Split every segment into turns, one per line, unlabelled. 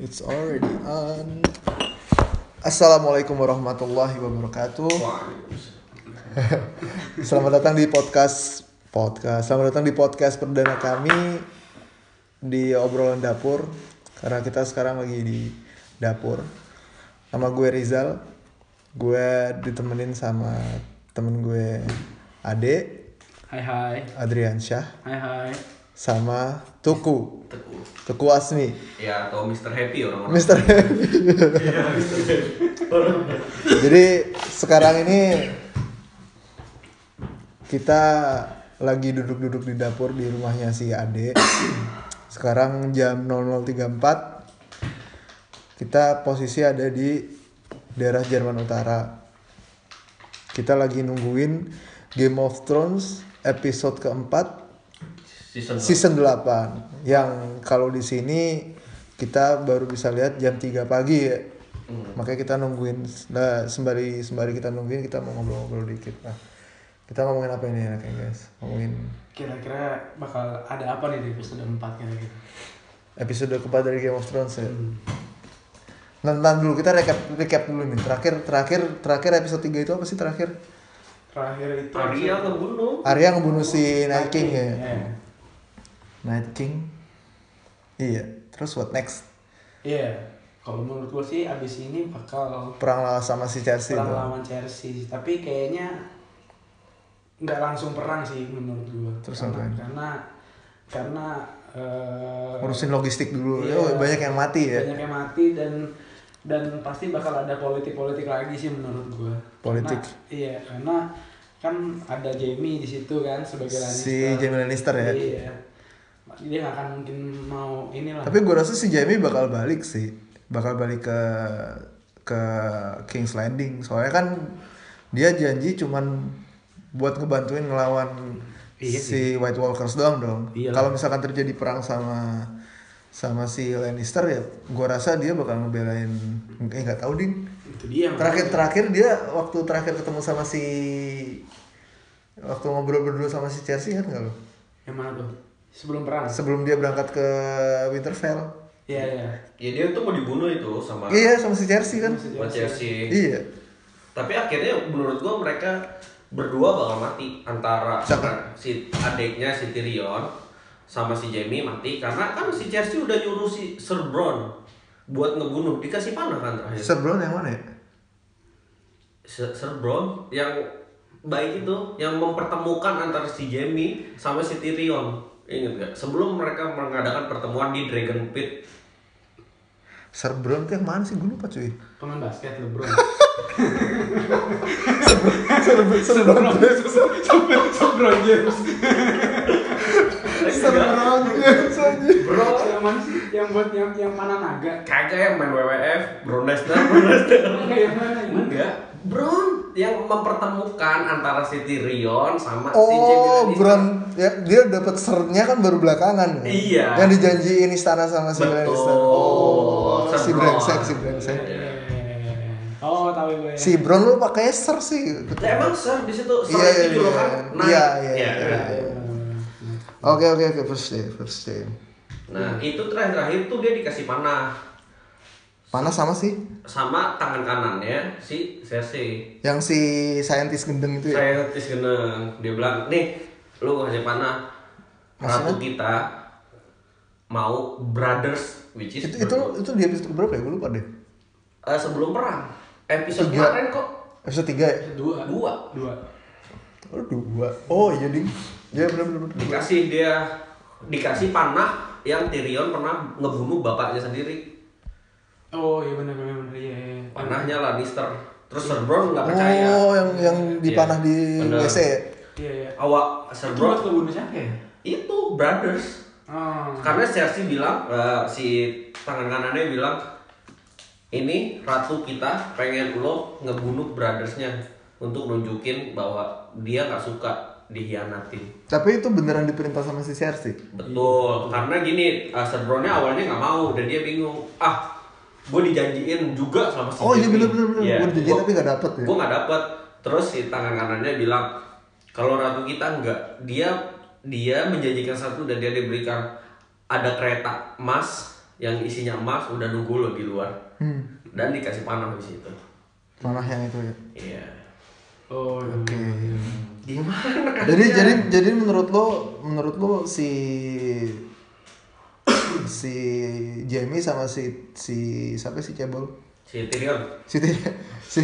It's already on. Assalamualaikum warahmatullahi wabarakatuh. Selamat datang di podcast podcast. Selamat datang di podcast perdana kami di obrolan dapur karena kita sekarang lagi di dapur. Nama gue Rizal. Gue ditemenin sama temen gue Ade,
Hai hai.
Adrian Syah,
Hai hai.
sama Tuku,
Tepu.
Tuku Asmi,
Ya atau Mr. Happy orang-orang.
Mister. Jadi sekarang ini kita lagi duduk-duduk di dapur di rumahnya si Ade. Sekarang jam 00.34. Kita posisi ada di daerah Jerman Utara. Kita lagi nungguin Game of Thrones episode keempat
Season
season 8 yang kalau di sini kita baru bisa lihat jam 3 pagi ya.
Hmm.
Makanya kita nungguin nah, sembari sembari kita nungguin kita mau ngobrol-ngobrol dikit. Nah, kita ngomongin apa ini enaknya guys? Ngomongin
Kira-kira bakal ada apa nih di episode 4 kira-kira?
episode keempat dari Game of Thrones ya.
Hmm.
Nah, ntar dulu kita recap recap dulu nih. Terakhir terakhir terakhir episode 3 itu apa sih terakhir?
Terakhir itu
Arya ke gunung.
Arya ngebunuh si Night King ya.
Iya.
Night King. Iya. Terus what next?
Iya. Kalau menurut gue sih abis ini bakal
Perang lawan sama si Cersei.
perang
tuh.
lawan Chelsea, tapi kayaknya nggak langsung perang sih menurut gue.
Terus
karena,
apa?
Karena karena eh,
ngurusin logistik dulu
Iya.
Oh, banyak yang mati ya
banyak yang mati dan dan pasti bakal ada politik-politik lagi sih menurut gua.
Politik.
Karena- iya, karena kan ada Jamie di situ kan sebagai
si
Lannister.
Jamie Lannister ya
Iya. Dia nggak akan mungkin mau inilah.
tapi gue rasa si Jamie bakal balik sih bakal balik ke ke Kings Landing soalnya kan dia janji cuman buat ngebantuin ngelawan
Iya
si White Walkers doang dong
Iya.
kalau misalkan terjadi perang sama sama si Lannister ya gue rasa dia bakal ngebelain eh nggak tahu ding
itu dia.
terakhir terakhir dia waktu terakhir ketemu sama si waktu ngobrol berdua sama si Chelsea kan nggak lo
Yang mana tuh? Sebelum perang.
sebelum dia berangkat ke Winterfell
Iya, iya.
Ya dia tuh mau dibunuh itu sama
iya sama si Chelsea kan
sama Chelsea.
iya
Tapi akhirnya menurut gua mereka berdua bakal mati antara
Siapa?
si adiknya si Tyrion sama si Jaime mati karena kan si Cersei udah nyuruh si Sir Bronn buat ngebunuh dikasih panah kan terakhir.
Sir Brown yang mana ya
Sir, Sir Bronn yang baik itu yang mempertemukan antara si Jaime sama si Tyrion. Ingat gak? Sebelum mereka mengadakan pertemuan di Dragon Pit
Sir Brown tuh yang mana sih gue lupa cuy
Pemain basket lu, Bro.
Sir Brown Sir Brown
Sebelum James.
Sir Brown James aja.
Bro,
Yang mana sih? Yang buat yang yang panah naga.
kagak yang main WWF, Bro Lesnar, Bro Lesnar.
Yang mana? Yang mana?
Enggak, Bro yang mempertemukan antara si Tyrion sama si Jaime
Oh,
Lannister.
Brown ya dia dapat sernya kan baru belakangan. ya?
Iya.
Yang dijanjiin istana sama si
Betul.
Lannister. Oh,
Sir
si
Brown.
brengsek, si brengsek.
Iya, iya, iya, iya, iya. Oh, tahu gue.
Si Brown lu pakai Sir sih.
Lah, emang Sir di situ Sir
Iya,
itu
iya,
dulu
iya.
kan. naik.
Iya, iya, iya.
Eh,
Oke oke oke first day first day.
Nah, itu terakhir-terakhir tuh dia dikasih panah
Panas sama sih
sama tangan kanannya si Cersei.
yang si saintis gendeng itu ya.
Saya ngetis kena dia bilang, "Nih, lu gua kasih panah.
kan?"
Ratu kita mau brothers which is
Itu itu itu di episode berapa ya? Gue lupa deh.
Eh, sebelum perang episode
Tiga.
kemarin kok
Episode 3 ya?
Dua.
dua
Dua.
Oh, dua. Oh, iya ding. Iya benar benar. benar.
dikasih dia dikasih panah yang Tyrion pernah ngebunuh bapaknya sendiri
Oh, iya benar benar benar. Iya, iya.
panahnya Lannister terus Sir Bronn nggak percaya
Oh, yang yang dipanah
Iya,
di
bener.
WC ya?
Iya, iya.
awak Sir
Itu buat
Bronn
ngebunuh siapa ya?
itu brothers
Oh.
karena Cersei bilang eh, si tangan kanannya bilang ini ratu kita pengen lo ngebunuh brothersnya untuk nunjukin bahwa dia nggak suka dihianatin
Tapi itu beneran diperintah sama si Cersei.
Betul, karena gini, uh, Sir Brownnya awalnya nggak mau dan dia bingung. Ah, gue dijanjiin juga sama si
Oh, iya
Jamie.
benar benar benar.
Iya,
Gua dijanjiin
gua-
tapi nggak dapet ya.
Gue nggak dapet. Terus si tangan kanannya bilang, kalau ratu kita nggak, dia dia menjanjikan satu dan dia diberikan ada kereta emas yang isinya emas udah nunggu lo di luar
Hmm,
dan dikasih panah di situ.
panah yang itu ya.
Iya.
Oh, iya.
Oke.
Gimana?
Jadi jadi jadi menurut lo menurut lo si si Jamie sama si si siapa sih Cebol?
Si Tyrion.
Si Tyr- si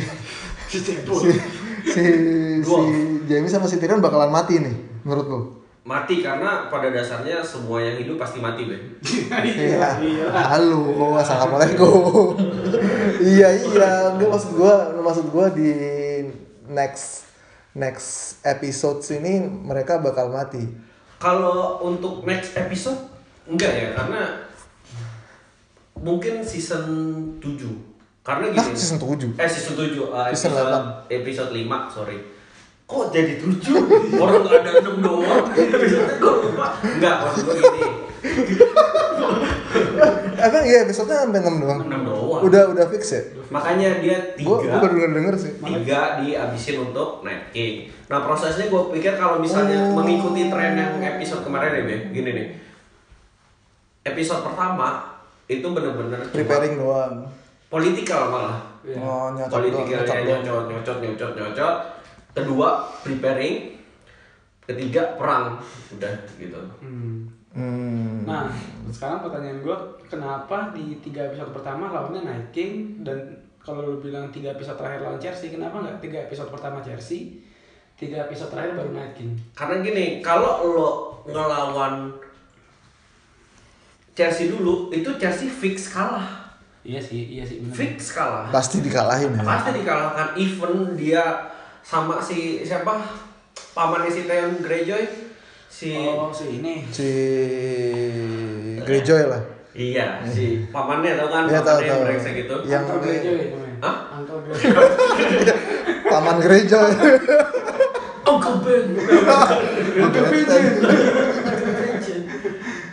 Si cebol.
si si, si
Dua.
Jamie sama si Tyrion bakalan mati nih menurut lo?
Mati karena pada dasarnya semua yang hidup pasti mati, Ben.
Iya.
Iya.
Halo, assalamualaikum. iya iya, gue maksud gua maksud gua di next next episode sini mereka bakal mati.
Kalau untuk next episode enggak ya karena mungkin season 7. Karena
Nah,
gini.
season 7.
Eh season 7 uh,
Season
episode
delapan.
episode 5, sorry. Kok jadi 7? Orang nggak ada 6 doang. Episode gue lupa. Enggak, maksud gue gini.
Emang iya episode-nya sampai 6 doang.
6 doang.
Udah udah fix ya?
Makanya dia
Gue
tiga.
baru denger, denger sih.
tiga dihabisin untuk Night King. Nah prosesnya gue pikir kalau misalnya
Oh.
mengikuti tren yang episode kemarin ya, Be, gini nih. Episode pertama itu bener-bener cuma
Preparing doang.
politikal malah.
Iya.
Oh, nyocok doang,
Politikal
nyocok
ya,
doang.
nyocot, nyocot, nyocot, nyocot. Kedua preparing. Ketiga perang. Udah gitu.
Hmm.
Hmm.
Nah, sekarang pertanyaan gue, kenapa di tiga episode pertama lawannya Night King dan kalau lu bilang tiga episode terakhir lawan Chelsea, kenapa nggak tiga episode pertama Chelsea, tiga episode terakhir baru Night King?
Karena gini, kalau lo ngelawan Chelsea dulu, itu Chelsea fix kalah.
Iya sih, iya sih. bener.
Fix kalah.
Pasti dikalahin ya.
pasti dikalahkan even dia sama si siapa pamannya si Theon Greyjoy si
Oh, si ini.
Si Greyjoy lah.
iya si pamannya tau kan
Iya, tahu,
pamannya yang
tahu.
brengsek gitu
Yang-
Uncle Greyjoy ya, namanya.
Hah?
Uncle Greyjoy.
Paman Greyjoy.
Uncle Ben. Uncle
Iya.
Benjen.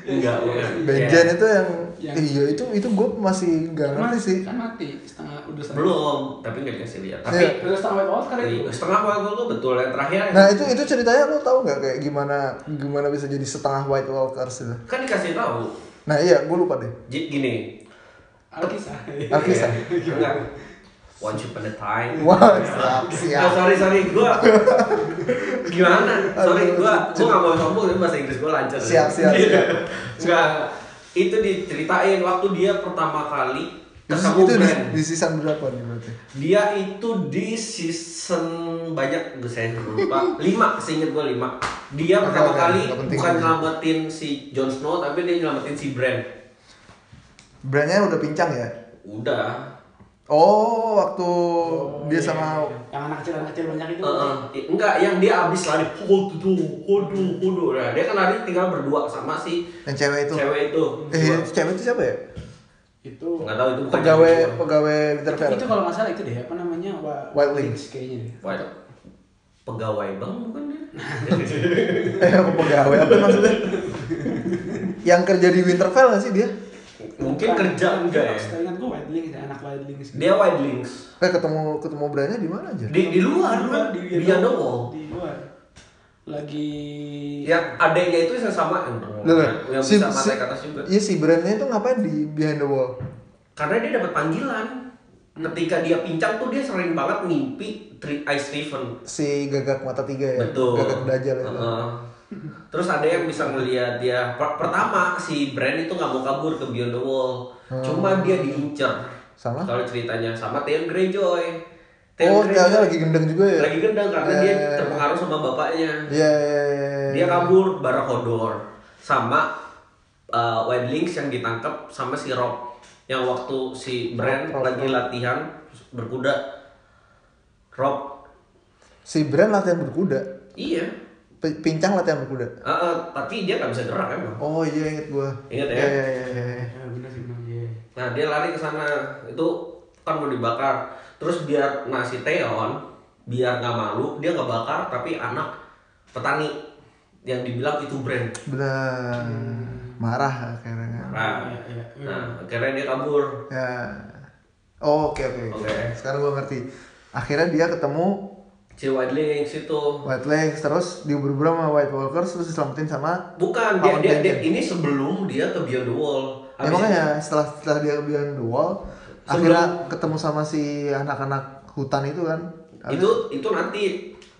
enggak bukan
Benjen
Iya.
itu yang,
Yang-
iya itu itu gue masih gak ngerti sih.
Kan mati setengah udah setengah.
belum tapi nggak dikasih lihat tapi
Iya.
Udah setengah white out kali itu.
setengah poin gue betul yang terakhir
Nah itu itu ceritanya lo tau nggak kayak gimana gimana bisa jadi setengah White Walkers itu?
kan dikasih tahu
Nah iya gue lupa deh.
Jadi gini
Alkisah.
Alkisah.
enggak once upon a time
Wah siap
Ah,
siap.
sorry sorry gua gimana? Sorry gua gua nggak mau sombong tapi bahasa Inggris gua lancar.
Siap, siap, siap.
Enggak itu diceritain waktu dia pertama kali
Itu,
ketemu
itu di,
Bran.
di season berapa nih berarti?
Dia itu di season banyak gue saya lupa lima seingat gua lima. Dia
Oke,
pertama
oke,
kali
nggak penting.
bukan nyelamatin si Jon Snow tapi dia nyelamatin si Bran.
Brandnya udah pincang ya?
Udah.
Oh waktu
Oh,
dia
iya,
sama
yang anak kecil anak kecil banyak itu.
Heeh. I- enggak yang dia abis lari hodu hodu hodu nah dia kan lari tinggal berdua sama si
yang cewek itu.
cewek itu
Eh cewek itu siapa ya?
Itu.
nggak tahu itu bukan
Pegawai
cewek gua.
pegawai Winterfell.
Itu kalau nggak salah itu deh apa namanya? Wa-
White Lynx.
kayaknya deh.
Waduh. pegawai bang bukan dia
Eh apa pegawai apa maksudnya? yang kerja di Winterfell nggak sih dia?
mungkin kerja enggak ya
Setaingat gue White Lynx, anak White Lynx.
dia wide links
Eh ketemu ketemu Brandnya di mana aja?
di di luar kan di Beyond the Wall
Di luar. Lagi.
yang adanya itu yang sama yang
Loh, loh.
yang bisa pantai ke atas juga
Iya si brandnya itu ngapain di behind the wall?
karena dia dapat panggilan ketika dia pincang tuh dia sering banget mimpi Three Eyes Raven
Si gagak mata tiga ya?
Betul.
Gagak dajal itu.
Heeh. Terus ada yang bisa ngelihat dia per- pertama si Brand itu nggak mau kabur ke Beyond the Wall.
Oh.
Cuma dia diincer.
Sama?
Kalau ceritanya sama Theon Greyjoy.
oh,
Greyjoy
Tiaonya lagi gendeng juga ya?
lagi gendang karena dia
Eh.
terpengaruh sama bapaknya.
Iya, iya, iya, iya.
Dia kabur bareng Hodor sama uh, White Lynx yang ditangkap sama si Rob yang waktu si Brand
Rob,
lagi latihan berkuda. Rob,
Si brand latihan berkuda.
iya.
P- Pincang latihan berkuda.
Eh, eh, tapi dia nggak bisa gerak emang.
Oh iya inget gua.
Ingat ya?
Iya, iya, iya, iya, iya.
Ya benar sih benar dia.
Nah dia lari ke sana itu kan mau dibakar. Terus biar nasi Teon biar nggak malu dia nggak bakar tapi anak petani yang dibilang itu brand.
Benar.
Hmm.
Marah akhirnya. kan.
Nah,
Iya, iya, iya.
nah akhirnya dia kabur.
Ya. Oh, oke oke. oke.
Oke.
Sekarang gua ngerti. Akhirnya dia ketemu
si White Lynx itu
White Legs terus diubur-ubur sama White Walkers terus diselamatin sama
bukan dia,
Lawan
dia, dia-
Danger.
ini sebelum dia ke Beyond the Wall
ya
Habis-
makanya setelah setelah dia bilang dual akhirnya ketemu sama si anak-anak hutan itu kan Habis-
itu itu nanti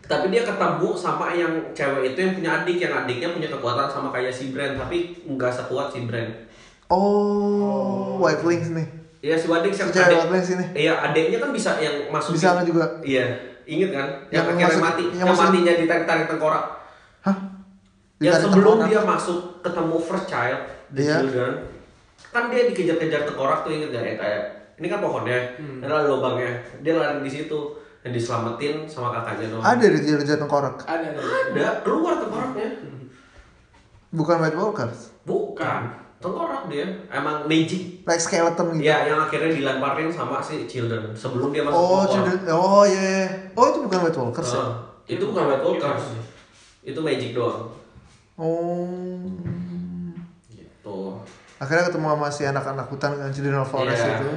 tapi dia ketemu sama yang cewek itu yang punya adik yang adiknya punya kekuatan sama kayak si Brand tapi nggak sekuat si Brand
oh, White Lynx nih
ya si Wadik yang
Cewek
adik
White Lynx ini
iya adiknya kan bisa yang masuk
bisa nggak juga
iya inget kan
Yang
yang, akhirnya
masuk-
mati
yang
yang,
masuk-
matinya ditarik tarik tengkorak
hah
yang
Ditarik
Ya, sebelum
tengkorak.
dia masuk ketemu first child the
Iya.
children kan dia dikejar kejar tengkorak tuh inget gak ya kayak ini kan pohonnya ini ada lubangnya dia lari di situ dan diselamatin sama kakaknya doang
ada di jalan tengkorak
Ada ada.
ada keluar tengkoraknya
bukan White Walkers
Bukan. Tengkorak dia. Emang magic.
like skeleton gitu
Ya, yang akhirnya dilemparin sama si Children sebelum dia masuk
oh
tengkorak.
cendel- oh iya iya. oh itu bukan White Walkers ya
Heeh. Ah, itu bukan White Walkers. Itu magic doang.
oh
Gitu.
akhirnya ketemu sama si anak-anak hutan kan Children of Forest
Iya.
itu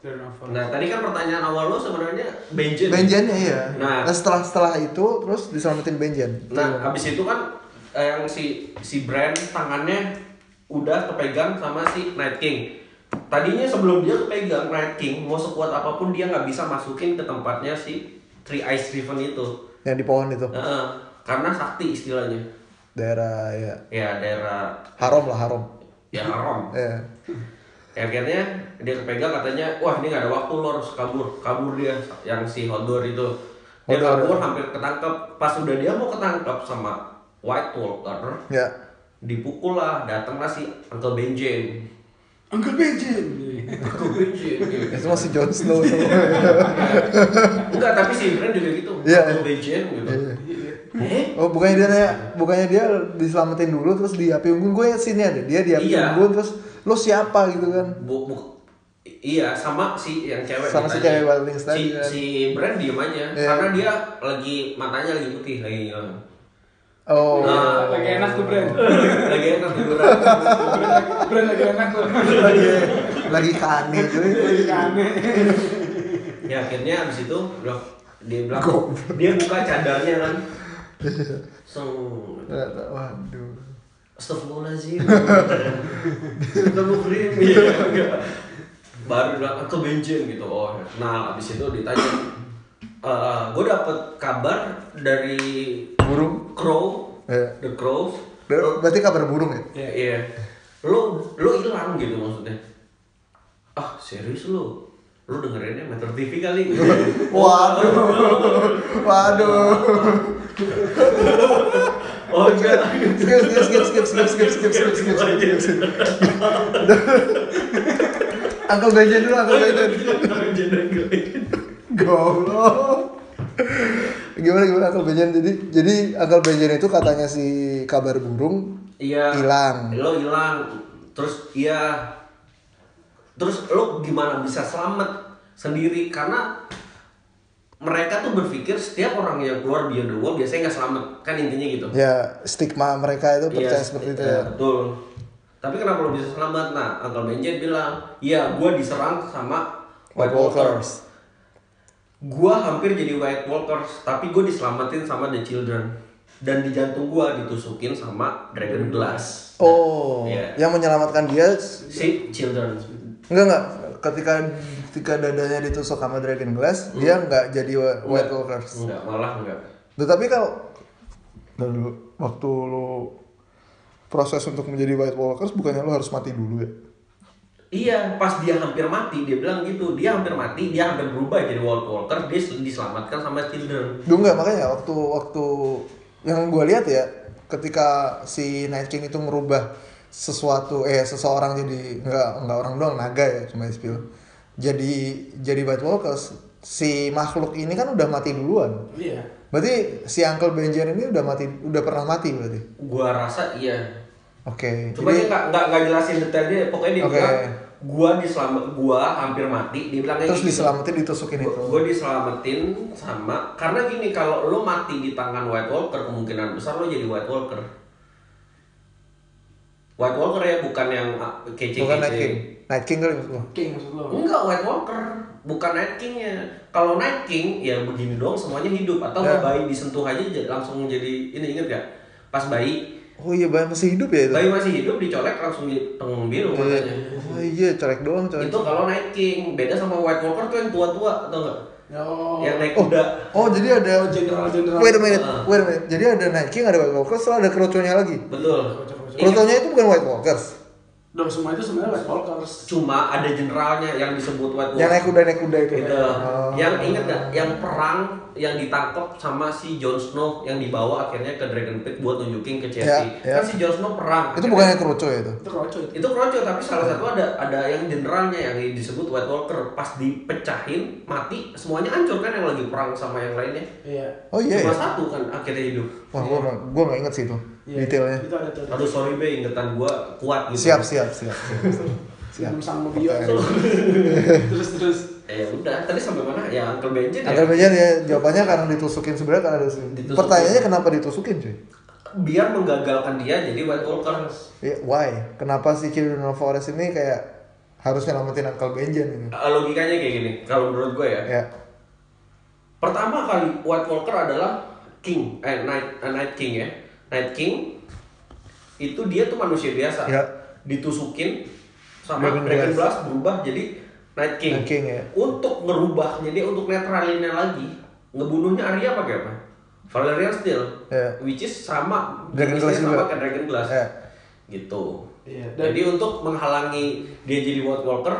Turn over.
Nah, tadi kan pertanyaan awal lo sebenarnya Benjen.
Benjennya iya
Nah.
nah. setelah setelah itu terus diselamatin Benjen
Nah, habis itu kan eh, yang si si Brand tangannya udah kepegang sama si Night King. Tadinya sebelum dia kepegang Night King, mau sekuat apapun dia nggak bisa masukin ke tempatnya si Three Eyes Raven itu.
yang di pohon itu
Heeh, karena sakti istilahnya.
daerah ya
Ya daerah
haram lah haram
ya haram.
ya
Akhirnya dia kepegang katanya, wah ini nggak ada waktu lo harus kabur, kabur dia yang si Hodor itu. Dia
Hodor.
kabur hampir ketangkep. Pas udah dia mau ketangkep sama White Walker,
ya
dipukul lah, datanglah si Uncle Benjen.
Uncle Benjen.
Uncle Benjen.
itu masih Ya, Jon Snow
Enggak, tapi si Bran juga gitu.
Iya.
Uncle Benjen gitu. Eh,
Oh bukannya dia nanya, bukannya dia diselamatin dulu terus di api unggun gue sini ada dia di api
Iya.
unggun terus lo siapa gitu kan
Bu, bu- iya sama si yang cewek
Sama si
matanya.
cewek Wild Wings
si,
tadi kan.
si Brand diem aja
Iya.
karena dia lagi matanya lagi putih lagi hilang
oh
Nah, lagi enak tuh brand.
lagi enak tiduran
Brand lagi enak tuh.
lagi lagi kane cuy
Lagi aneh.
ya akhirnya abis itu loh dia bilang dia buka cadarnya kan so
Ternyata, waduh
Astagfirullahaladzim Bukan mukrim Iya, enggak. Baru bilang ke benjen gitu Oh nah abis itu ditanya eh Gue dapet kabar dari
burung
Crow
Iya.
The Crow
Ber- berarti kabar burung ya
Iya iya Lo lo hilang gitu maksudnya Ah serius lo Lo dengerinnya Metro TV kali
waduh waduh
Oh enggak
skip skip skip skip skip skip skip skip skip skip skip Uncle Benjen dulu, Uncle Benjen
Benjen dengerinnya.
Goblok. Gimana gimana akal benjen jadi jadi akal benjen itu katanya si kabar burung
Iya.
Hilang.
Lo hilang. Terus iya. Terus lo gimana bisa selamat sendiri karena mereka tuh berpikir setiap orang yang keluar Beyond the Wall biasanya nggak selamat kan intinya gitu.
ya stigma mereka itu percaya
Iya,
seperti itu
iya,
ya.
Betul. Tapi kenapa lo bisa selamat? Nah, Uncle Benjen bilang, ya gue diserang sama White
White
Walkers.
Walkers.
Gue hampir jadi White Walkers, tapi gue diselamatin sama The Children. Dan di jantung gue ditusukin sama Dragon Glass.
Oh,
Iya.
yang menyelamatkan dia
Si Children.
enggak enggak ketika ketika dadanya ditusuk sama Dragon Glass,
Hmm.
dia enggak jadi
Iya.
wa- White Walkers.
Enggak, malah enggak.
Tetapi kalau dulu waktu lu proses untuk menjadi White Walkers bukannya lu harus mati dulu ya?
Iya, pas dia hampir mati, dia bilang gitu. Dia hampir mati, dia hampir berubah jadi White Walker, dia sel- diselamatkan sama Children.
Duh enggak makanya waktu waktu yang gue lihat ya ketika si Night King itu merubah sesuatu eh seseorang jadi enggak enggak orang doang naga ya cuma spill jadi jadi White Walkers si makhluk ini kan udah mati duluan
Iya.
berarti si Uncle Benjen ini udah mati udah pernah mati berarti
Gua rasa iya.
oke
Cuma dia nggak nggak nggak jelasin detailnya, pokoknya dia
Oke.
bilang gua diselamat, gua hampir mati, dia bilang kayak
terus
gitu.
diselamatin ditusukin
Gua-
itu
gua diselamatin sama karena gini kalau lo mati di tangan White Walker kemungkinan besar lo jadi White Walker. White Walker ya bukan yang ah,
Bukan Night
kece-kece.
King. Night King kali maksud lo?
King maksud lo?
Enggak White Walker, bukan Night King-nya. Kalau Night King ya begini doang semuanya hidup atau
Ya.
bayi disentuh aja jadi- langsung jadi ini inget gak? Pas bayi,
Oh iya bayi masih hidup ya itu?
bayi masih hidup dicolek langsung jadi tengong biru
Iya.
matanya.
Oh iya colek doang colek.
Itu kalau Night King, beda sama White Walker tuh yang tua-tua atau enggak?
Oh.
Yang naik
Oh,
kuda.
oh jadi
Oh,
ada
general-general.
Wait a minute, wait a minute. Jadi ada Night King, ada White Walkers, setelah ada keroconya lagi.
Betul.
Kocok-kocok.
Ini
Keroconya itu bukan White Walkers.
Dong, semua itu sebenarnya White Walkers.
cuma ada generalnya yang disebut White
Yang naik
Walker.
kuda naik kuda itu.
Gitu.
Oh.
Yang inget gak? Yang perang yang ditangkap sama si Jon Snow yang dibawa akhirnya ke Dragon Pit buat nunjukin ke Cersei.
Ya, ya.
Kan si Jon Snow perang.
Itu
Akhirnya-
bukannya keroco ya itu?
Itu kroco itu.
itu kroco tapi salah satu ada ada yang generalnya yang disebut White Walker pas dipecahin mati semuanya hancur kan yang lagi perang sama yang lainnya
Iya.
Oh iya.
cuma
ya?
satu kan akhirnya hidup
Wah gua emang- gua nggak inget sih itu
Iya,
detailnya.
Itu ada tuh.
aduh sorry be ingetan gua kuat gitu
Siap siap siap. Siap.
Siap. Sang Mobio.
Oke.
Terus terus.
ya udah tadi sampai mana ya Uncle Benjen ya
Angkat meja ya jawabannya karena ditusukin sebenarnya karena ditusukin.
Ditusukin.
Pertanyaannya kenapa ditusukin cuy?
biar menggagalkan dia jadi White Walker
Ya, why? Kenapa si Children of Forest ini kayak harus nyelamatin Uncle Benjen ini?
Eh, logikanya kayak gini kalau menurut gue ya
Ya.
pertama kali White Walker adalah King eh Night eh, Night King ya Night King itu dia tuh manusia biasa
Ya.
ditusukin sama
Dragon
Dragon,
Blast.
Blast berubah jadi Night King,
Night King, ya.
untuk ngerubahnya dia untuk netralinnya lagi ngebunuhnya Arya pakai apa Valerian Steel
Ya.
which is sama
Dragon
jenisnya
Glass juga.
sama kayak Dragon Glass
Ya.
gitu
Iya, dan-
jadi untuk menghalangi dia jadi White Walker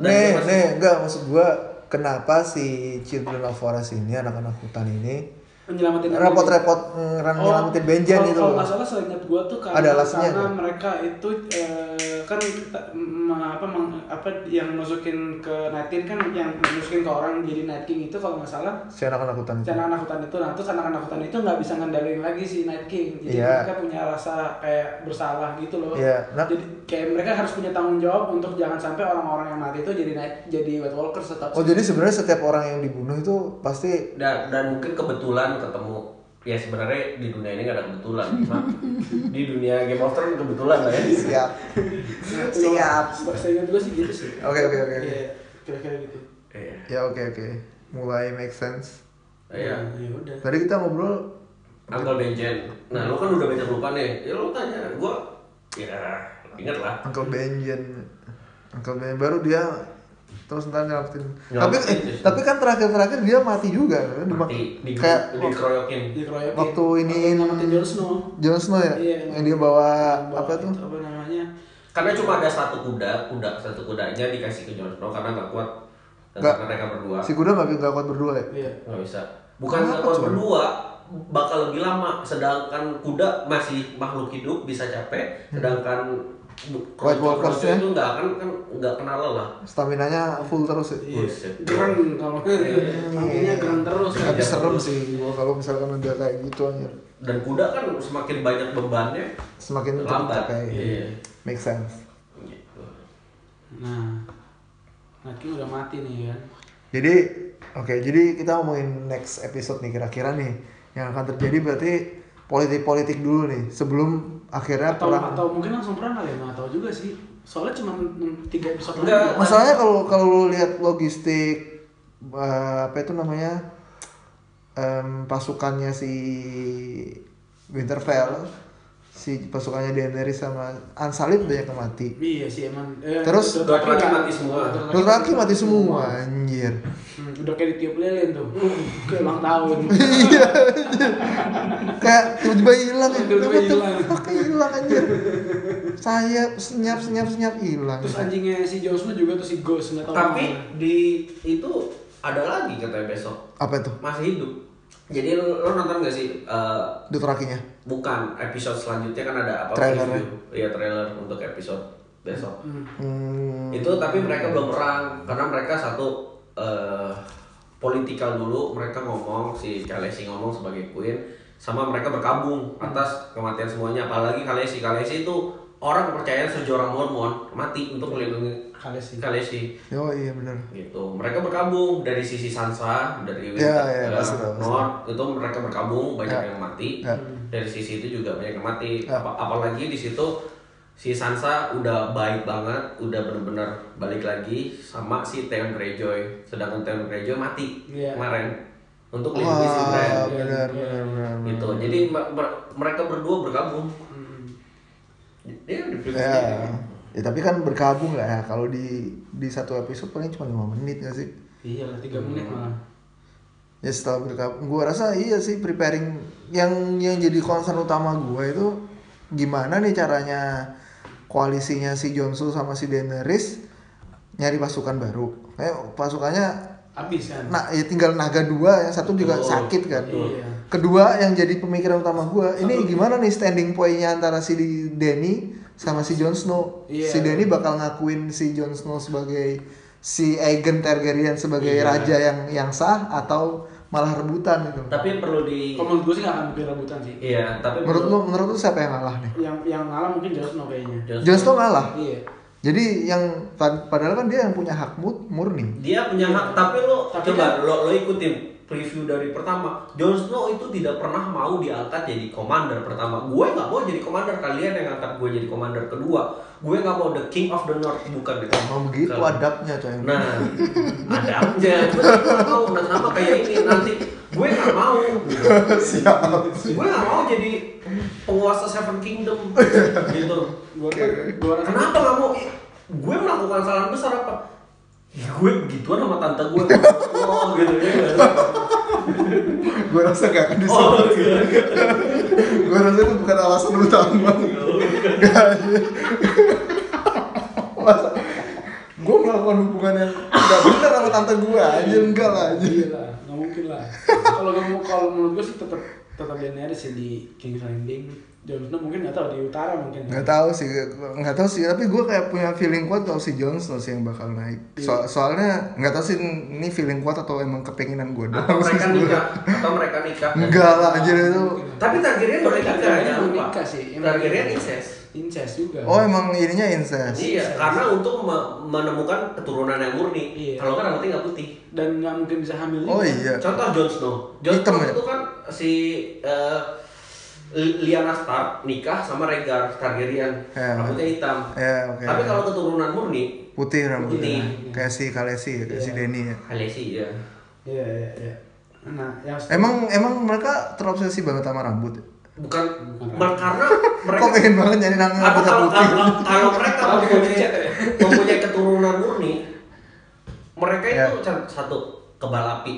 dan dia
Nih,
masih-
nih, enggak maksud gua kenapa si Children of Forest ini anak-anak hutan ini
Menyelamatin Oh,
repot-repot ngeran- nyelamatin Benjen
kalau-
itu
Kalau
loh.
nggak salah seingat gua tuh karena,
Ada alasannya
karena
tuh.
mereka itu eh, kan kita- m- apa meng- apa yang masukin ke Night King kan yang masukin ke orang jadi Night King itu kalau nggak salah
Si anak-anak hutan
si
itu.
anak-anak hutan itu nah terus anak-anak hutan itu nggak bisa ngendalin lagi si Night King jadi
Iya.
mereka punya rasa kayak bersalah gitu loh
Iya, nah-
jadi kayak mereka harus punya tanggung jawab untuk jangan sampai orang-orang yang mati itu jadi Night jadi White Walker tetap
Oh jadi sebenarnya setiap orang yang dibunuh itu pasti
dan, dan mungkin kebetulan ketemu ya sebenarnya di dunia ini gak ada kebetulan cuma di dunia Game of Thrones kebetulan lah ya
siap.
Nah,
siap.
saya ingat gue sih gitu sih
Oke, oke, oke, oke.
Iya, kira-kira gitu
iya
Ya oke oke. Mulai make sense.
iya
ya udah
Tadi kita ngobrol
Uncle Benjen nah lo kan udah banyak lupa nih ya lo tanya gue ya inget lah
Uncle Benjen. Uncle Benjen baru dia terus ntar nyelamatin.
Nyelamatin
Tapi eh,
justru.
tapi kan terakhir-terakhir dia mati juga kan? Dimak-
mati di
kayak
dikeroyokin
dikeroyokin
Waktu ini-
nyelamatin Jon Snow
Jon Snow ya?
Iya,
yang dia bawa,
Bawa
apa tuh?
itu, apa namanya
karena cuma ada satu kuda kuda satu kudanya dikasih ke Jon Snow karena gak kuat dan
Nggak.
karena mereka
gitu.
berdua
Si kuda nggak nggak kuat berdua ya?
iya
nggak bisa bukan
Kenapa,
gak kuat
cuy?
berdua bakal lebih lama sedangkan kuda masih makhluk hidup bisa capek sedangkan bu-
Hmm. White
kroco-
Walkers
kroco
ya?
itu nggak akan kan nggak kenal lelah
Stamina full terus ya?
Iya,
Buset. Iya,
gereng kalau namanya gereng terus kan.
Tapi serem sih gua kalau misalkan udah kayak gitu anjir.
dan kuda kan semakin banyak bebannya
Semakin
Lambat,
capek.
iya.
Make sense.
gitu.
Nah, Naki udah mati nih ya.
Jadi oke, jadi kita ngomongin next episode nih kira-kira nih yang akan terjadi berarti politik-politik dulu nih sebelum akhirnya
Atau
perang.
atau mungkin langsung perang kali ya, nggak tahu juga sih. Soalnya cuma mm, tiga episode lagi.
Enggak.
Masalahnya kalau kalau lu lihat logistik eh, apa itu namanya em, pasukannya si Winterfell, si pasukannya Daenerys sama Ansalib banyak yang mati.
Iya sih emang. Eh,
Terus,
Dothraki
Dothraki
nggak-
mati semua.
Dothraki
Lelaki mati semua anjir.
Hmm, udah kayak ditiup lilin tuh. Kayak ulang tahun.
Iya, kayak tiba-tiba hilang ya
Tiba-tiba
What the
hilang.
fuck, hilang anjir saya senyap senyap senyap hilang
Terus anjingnya si Jon Snow juga tuh si Ghost
Oh.
nggak tahu.
tapi
kemana.
di itu ada lagi katanya besok
apa itu
masih hidup jadi lo lo nonton gak sih eh,
dotrakinya
bukan episode selanjutnya kan ada apa
Trailer ya?
preview. iya trailer untuk episode besok
hmm,
itu tapi mereka belum perang karena mereka satu eh politikal dulu mereka ngomong si Khaleesi ngomong sebagai queen sama mereka berkabung atas kematian semuanya apalagi Khaleesi Khaleesi itu orang kepercayaan sejarah Mormon mati untuk melindungi
Khaleesi.
Khaleesi
oh iya benar
gitu mereka berkabung dari sisi Sansa dari Winter
Ya, ya,
eh,
pasti tahu, pasti
North itu mereka berkabung banyak yang mati
Ya.
dari sisi itu juga banyak yang mati
Ya.
Apa- apalagi di situ si Sansa udah baik banget, udah bener-bener balik lagi sama si Theon Greyjoy. Sedangkan Theon Greyjoy mati
Iya.
kemarin untuk melindungi si Bran.
Wah, benar benar benar.
Gitu. Jadi mer- mer- mereka berdua berkabung.
Hmm.
Dia di Fleabag
Ya.
jadi.
ya tapi kan berkabung lah ya kalau di di satu episode paling cuma lima menit gak sih
Iya lah, tiga
Hmm.
menit malah.
ya setelah berkabung gue rasa iya sih preparing yang yang jadi concern utama gue itu gimana nih caranya koalisinya si Jonsu sama si Daenerys nyari pasukan baru kayak pasukannya
Abis kan?
nah ya tinggal naga dua yang satu juga
Betul.
sakit kan
Iya.
kedua yang jadi pemikiran utama gua ini gimana nih standing pointnya antara si Danny sama si Jon Snow
Iya.
si Danny bakal ngakuin si Jon Snow sebagai si Aegon Targaryen sebagai
Iya.
raja yang yang sah atau malah rebutan gitu
Tapi perlu di
Kalau menurut gue sih nggak akan mungkin rebutan sih.
Iya, tapi
menurut
perlu-
lu menurut lu siapa yang ngalah nih
Yang yang ngalah mungkin Jon Snow kayaknya.
Jon
Jon Snow ngalah
Iya.
jadi yang pad- padahal kan dia yang punya hak mut murni
dia punya hak tapi lo
Tapi
coba lo lo ikutin preview dari pertama Jon Snow itu tidak pernah mau diangkat jadi komander pertama gue nggak mau jadi komander kalian yang angkat gue jadi komander kedua gue nggak mau the king of the north bukan the
mau begitu adabnya coy
nah ada aja gue nggak mau nah sama kayak ini nanti gue nggak mau gitu. gue nggak mau jadi penguasa seven kingdom gitu
Gue gue rasa
Kenapa nggak mau? Ih, Gue melakukan kesalahan besar apa? Ya, gue begituan sama tante gue. Oh, gitu ya.
gue rasa gak akan
Oh,
disebut
gitu.
gue rasa itu bukan alasan utama gak masa gue melakukan hubungan yang gak bener sama tante gue aja enggak lah aja
Iya lah, nggak mungkin lah. Kalau gue mau- kalau menurut gue sih tetap tetap Daenerys sih di King's Landing. Jon Snow mungkin nggak tahu di utara mungkin.
nggak tahu sih nggak tahu sih tapi gue kayak punya feeling kuat kalau si Jon Snow sih yang bakal naik so soalnya nggak tahu sih ini feeling kuat atau emang kepenginan gue
Atau
doang
mereka nikah,
sebenarnya.
atau mereka nikah.
enggak lah aja itu
Tapi Targaryen udah
Mereka
nikah,
Targaryen
jangan
belum
lupa.
nikah sih. Emang
Targaryen
iya.
incest.
Incest juga.
oh emang ininya incest
Iya, karena untuk me- menemukan keturunan yang murni.
Iya.
Kalau kan rambutnya nggak putih.
Dan nggak mungkin bisa hamil.
oh
juga.
iya
Contoh Jon Snow. Jon
Hitam
Snow
ya?
itu kan si eh, Lyanna Stark nikah sama Rhaegar Targaryen.
Ya.
Rambutnya hitam.
ya oke
Tapi kalau keturunan murni,
putih rambutnya
Putih.
kayak si Khaleesi ya, kayak si Denny ya
Khaleesi ya.
Iya iya iya. Nah, yang
Emang emang mereka terobsesi banget sama rambut. ya?
bukan mer- karena mereka
Kok pengen banget nyari nang
atau
rambut
kalau,
putih.
kalau, kalau mereka
Rambut
mempunyai,
cat ya?
mempunyai keturunan murni mereka
Ya.
itu c- satu kebal api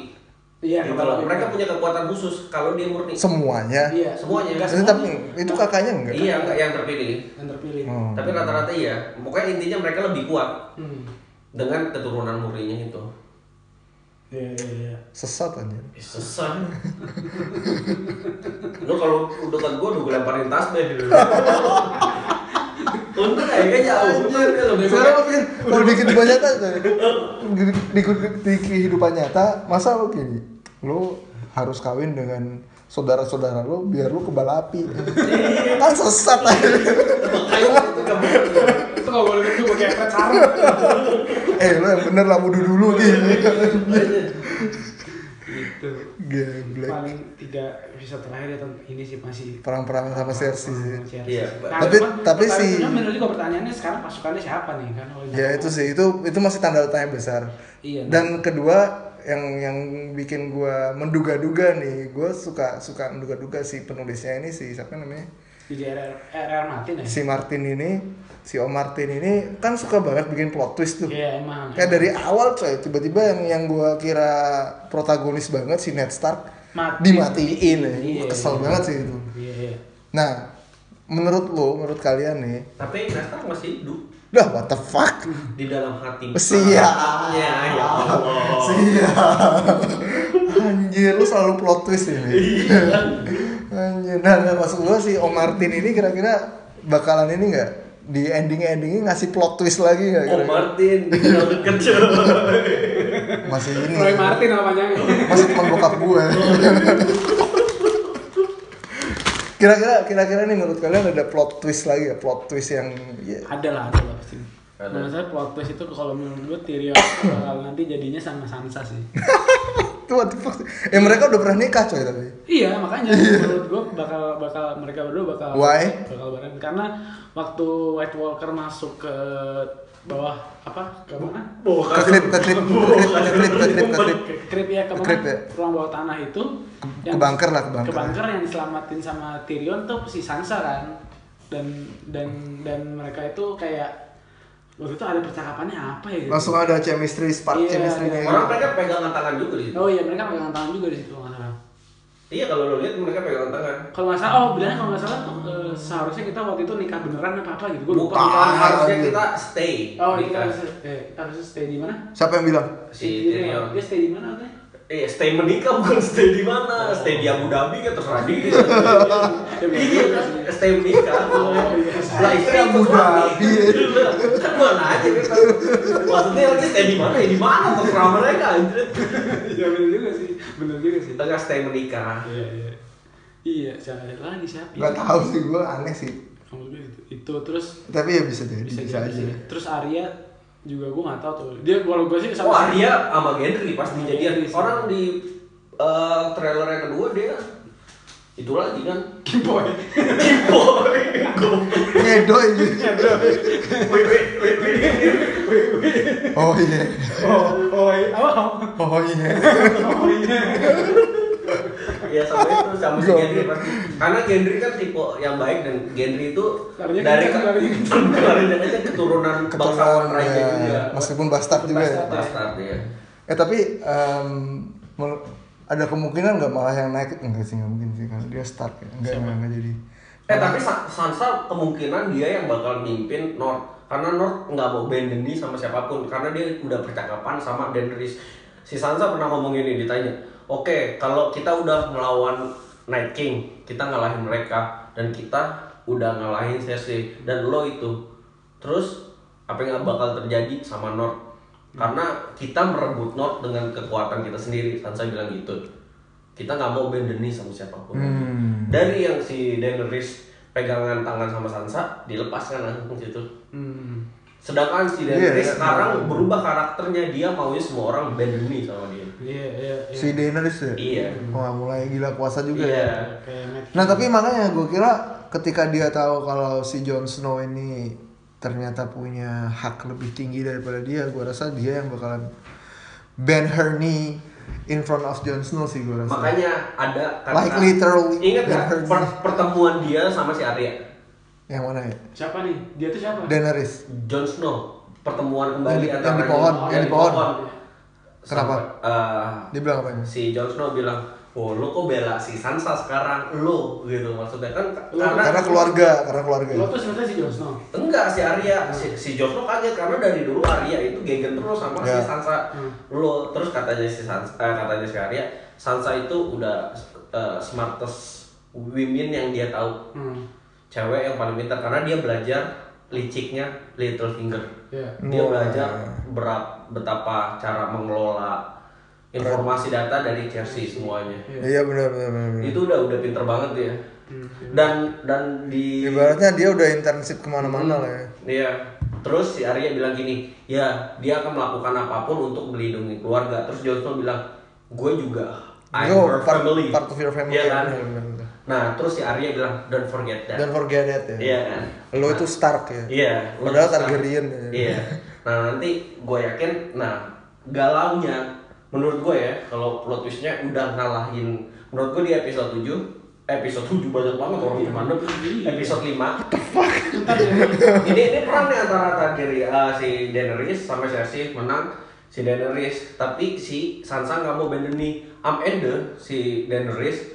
Iya,
Gitu
kebal
loh.
api.
mereka punya kekuatan khusus kalau dia murni
Semuanya.
Iya,
Semuanya.
Nggak
Tapi, tapi
semuanya.
itu kakaknya enggak.
iya enggak yang terpilih
yang terpilih.
Oh.
tapi rata-rata iya pokoknya intinya mereka lebih kuat
Hmm.
dengan keturunan murninya itu
Iya iya iya.
Sesat aja.
Eh, susah lo kalau udah gue udah gue lemparin tas deh untung kayaknya jauh Untung ya, lo bego.
Sekarang lo pikir kalau di kehidupan nyata coy. di, di, di kehidupan nyata masa lo gini, lo harus kawin dengan saudara-saudara lo biar lo kebal api.
Iya.
kan sesat aja.
Makanya itu gak mungkin.
Itu nggak boleh itu pakai efek sarung.
eh lo yang bener lah wudhu dulu gitu.
Gitu.
Geblek.
Paling tiga episode terakhir ya tentang ini sih masih
Perang-perang sama Cersei sih.
Iya.
Tapi- tapi
Nah, pertanyaan-
si-
menurut juga pertanyaannya sekarang pasukannya siapa nih kan? Kalau
Ya itu sih itu itu masih tanda tanya besar.
Iya.
Dan kedua yang yang bikin gua menduga-duga nih, gua suka suka menduga-duga si penulisnya ini si siapa namanya?
di daerah RR Martin ya.
Si Martin ini, si Om Martin ini kan suka banget bikin plot twist tuh.
Iya emang.
Kayak dari awal coy, tiba-tiba yang yang gua kira protagonis banget si Ned Stark
Mati.
dimatiin. ya. Gua
Iya,
kesel
iya.
banget sih itu.
Iya iya.
Nah, menurut lo, menurut kalian nih,
Tapi Nastar masih hidup
dah what the fuck?
di dalam hati.
Siap.
Ya, ya Allah.
Oh.
Siap. Iya. Anjir, lu selalu plot twist ini.
Iya.
Anjir. Nah, nah maksud gua si Om Martin ini kira-kira bakalan ini nggak di ending-endingnya ngasih plot twist lagi nggak?
Oh
kira-kira?
Martin, jangan kecil.
Masih ini.
Roy Martin apa panjangnya?
Masih teman bokap gue. Kira-kira kira-kira nih menurut kalian ada plot twist lagi ya? Plot twist yang ya,
ada lah ada lah pasti.
Ada.
Menurut saya plot twist itu kalau menurut gue Tyrion bakal nanti jadinya sama Sansa sih.
itu what the fuck sih? Eh mereka udah pernah nikah coy tapi.
Iya makanya menurut gue bakal bakal mereka berdua bakal
Why?
bakal bareng karena waktu White Walker masuk ke bawah apa ke mana?
Ke krip, ke krip, ke krip, ke krip, ke krip, ke krip.
Ke krip ya
Ke
ke mana?
krip ya.
Ruang bawah tanah itu
Ke- ke bunker lah, ke bunker.
Ke bunker yang diselamatin sama Tyrion tuh si Sansa kan. Dan dan dan mereka itu kayak waktu itu ada percakapannya apa ya? gitu?
Langsung ada chemistry, spark
Iya,
chemistry-nya.
iya.
gitu.
Orang mereka pegangan tangan juga di situ.
Oh iya mereka pegang tangan juga di situ nggak salah.
Iya kalau lo lihat mereka pegangan tangan.
Kalau nggak salah, oh bilangnya kalau nggak salah eh, seharusnya kita waktu itu nikah beneran apa apa gitu. Gue lupa.
Bukan
Ah,
harusnya
iya.
kita stay.
Oh
nikah.
kita harusnya, eh, kita harusnya stay di mana?
Siapa yang bilang?
Si
Iya.
Tyrion.
Dia stay di mana katanya?
Eh, stay menikah bukan stay di mana? Stay di Abu Dhabi kan terserah dia.
Dia bilang,
Iya kan, stay menikah. Lah istri
Abu
Abu
Dhabi.
Dhabi. Kan mana aja kan. Maksudnya lagi stay di mana? Ya di mana terserah mereka anjir.
Iya bener juga sih, bener juga sih.
Kita nggak stay menikah.
Iya iya. Iya, siapa ada lagi siapa?
Gak tahu sih gue aneh sih.
Kamu dulu itu. gitu. Itu terus
Tapi ya bisa jadi,
bisa,
bisa,
jadi
aja.
sih. Terus Arya juga gue nggak tahu tuh. Dia kalau gue sih
Oh
sama
Arya sama Gendry pasti
Sama
jadian.
Gendry sih.
Orang di eh, trailer yang kedua dia kan itu lagi kan.
Kimboy.
Boy, goblok.
Ngedo aja.
Wait, wait, wait, wait.
Oh iya.
Oh, oh, oh,
Oh iya.
oh, iya.
Ya sama itu sama si
Goblok.
Gendry pasti. Karena Gendry kan tipe yang baik dan Gendry itu
Larinya
dari
kencang, larinya
dari aja keturunan iya. bangsawan
Keturunan
raja juga.
ya. Meskipun bastard juga ya.
Bastard.
Bastard ya.
Eh tapi em, menur- ada kemungkinan nggak malah yang naik enggak sih nggak mungkin sih karena dia start ya enggak enggak, enggak jadi
Eh tapi Sa- Sansa kemungkinan dia yang bakal mimpin North karena North nggak mau bend knee sama siapapun karena dia udah percakapan sama Daenerys. Si Sansa pernah ngomong ini ditanya, oke kalau kita udah ngelawan Night King, kita ngalahin mereka dan kita udah ngalahin Cersei dan lo itu, terus apa yang bakal terjadi sama North? Karena kita merebut North dengan kekuatan kita sendiri, Sansa bilang gitu. Kita nggak mau bend knee sama siapapun
Hmm.
dari yang si Daenerys pegangan tangan sama Sansa dilepaskan langsung situ
Hmm.
sedangkan si
Iya,
Daenerys
iya.
sekarang berubah karakternya dia maunya semua orang bend knee sama dia
Iya, iya, iya.
si Daenerys ya
iya
wah mulai gila kuasa juga
iya
ya
Kayak Matt
nah tapi makanya gue kira ketika dia tahu kalau si Jon Snow ini ternyata punya hak lebih tinggi daripada dia gue rasa dia yang bakalan bend her knee in front of Jon Snow sih gue rasa
makanya ada kata
Like literally
ingat
bend
nggak
her knee.
per- pertemuan dia sama si Arya
yang mana ya
Siapa nih? Dia tuh siapa?
Daenerys
Jon Snow pertemuan
Yang
kembali
di-
antara
yang di pohon,
dia-
yang di pohon. Kenapa?
Sampai, eh,
dia bilang apa ya
si Jon Snow bilang Oh, lo kok bela si Sansa sekarang? Lo gitu maksudnya kan
Lo-
karena keluarga karena keluarga
Iya.
Lo tuh sebenarnya si Jon Snow.
Enggak si Arya, si, si Joshua kaget karena dari dulu Arya itu gegen terus sama
Ya.
si Sansa. Lo terus katanya si Sansa, eh, katanya si Arya, Sansa itu udah eh, smartest women yang dia tahu,
Hmm.
cewek yang paling pintar karena dia belajar liciknya Littlefinger.
Iya.
Dia
Wah.
belajar berat betapa cara mengelola informasi data dari Cersei semuanya.
iya benar benar benar benar.
Itu udah udah pinter banget dia. Dan dan di
Ibaratnya dia udah intensif kemana-mana lah ya.
Iya. Terus si Arya bilang gini, ya dia akan melakukan apapun untuk melindungi keluarga. Terus Jon Snow bilang, gue juga. I'm
Yo,
her
part-
family.
part of your family.
Iya kan?
Bener, bener, bener.
Nah, terus si Arya bilang, don't forget that.
Don't forget that ya.
Iya kan?
Lo itu Stark ya.
Iya. lu
Padahal
bisa.
Targaryen ya.
Iya. Nah nanti gue yakin, nah galaunya menurut gue ya kalau plot twistnya udah ngalahin menurut gue di episode 7 episode 7 banyak banget orang gimana episode 5
Iya.
Bentar ya.
ini ini perang nih antara Targaryen eh, si Daenerys sama Cersei menang si Daenerys tapi si Sansa nggak mau bend nih am ender si Daenerys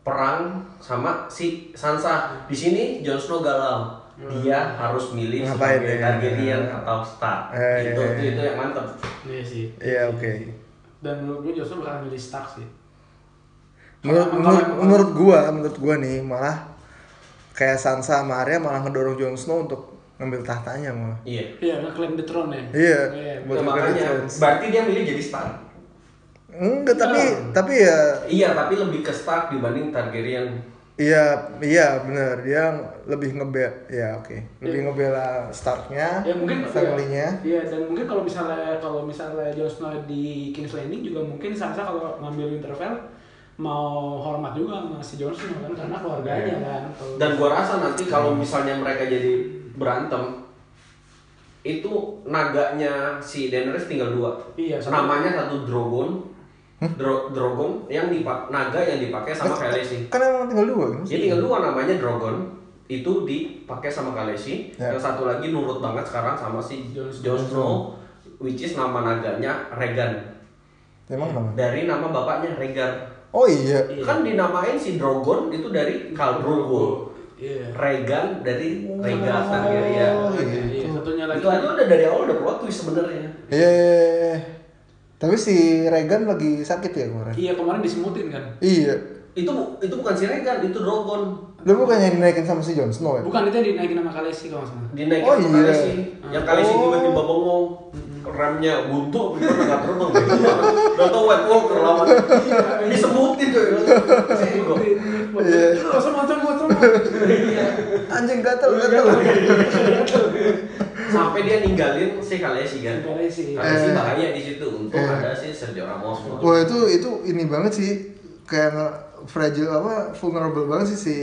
perang sama si Sansa di sini Jon Snow galau dia harus milih
Hmm. Ngapain
sebagai
ya?
Targaryen atau Stark
Eh,
itu,
iya,
itu
iya.
itu yang mantep
Iya sih.
Iya, oke.
Dan menurut gue Joshua bakal milih Stark sih.
Menurut,
Kalau-
menurut,
kalau-
menurut gua, menurut gua nih malah kayak Sansa sama Arya malah ngedorong Jon Snow untuk ngambil tahtanya malah.
iya
Iya, ngeklaim the throne ya.
Iya, buat Game of
Nah, makanya
Thrones.
berarti dia milih jadi Stark
Enggak, tapi tapi ya
iya tapi lebih ke Stark dibanding Targaryen
iya iya bener dia lebih ngebel ya oke lebih ngebela Starknya
Iya. Ya mungkin
family-nya
Iya, dan mungkin kalau misalnya kalau misalnya Jon Snow di King's Landing juga mungkin Sansa kalau ngambil Winterfell mau hormat juga sama si Johnson kan karena
Iya.
keluarganya kan. Kalau-
Dan gua rasa nanti kalau misalnya mereka jadi berantem itu naganya si Daenerys tinggal dua.
Iya, satu.
Namanya satu Drogon. Dro- Drogon yang dipak naga yang dipakai sama Khaleesi.
Kan emang tinggal dua kan?
Iya.
Jadi tinggal dua namanya Drogon itu dipakai sama Khaleesi.
Ya.
Yang satu lagi nurut banget sekarang sama si Jon
Jon
Snow which is nama naganya Regan.
Emang nama.
Dari nama bapaknya Regan.
Oh iya.
Kan dinamain si Drogon itu dari Khal Drogo.
Iya.
Regan dari
Oh,
Regan Targaryen.
iya.
Iya, satunya lagi.
Itu aja udah dari awal udah plot twist sebenarnya.
Iya, iya, iya. Tapi si Regan lagi sakit ya kemarin.
Iya, kemarin disemutin kan.
Iya.
Itu bu- itu bukan si Regan, itu Drogon.
Lu bukannya dinaikin sama si Jon Snow ya?
Bukan itu yang dinaikin sama Kalesi kalau nggak salah.
Dinaikin
Oh,
sama
iya.
Khaleesi. Yang Khaleesi
Oh.
tiba-tiba bengong. Remnya buntu, gimana nggak terbang gitu. Udah tau White Walker lawan. Disebutin tuh. Sengok.
Iya. Langsung macam macam.
Anjing gatel, gatel.
Iya,
Sampai dia ninggalin si Khaleesi kan.
Kalesi.
Khaleesi
Eh.
bahaya di situ. Untung
Eh.
ada si Sergio Ramos.
Wah itu itu ini banget sih kayak nge- fragile apa vulnerable banget sih si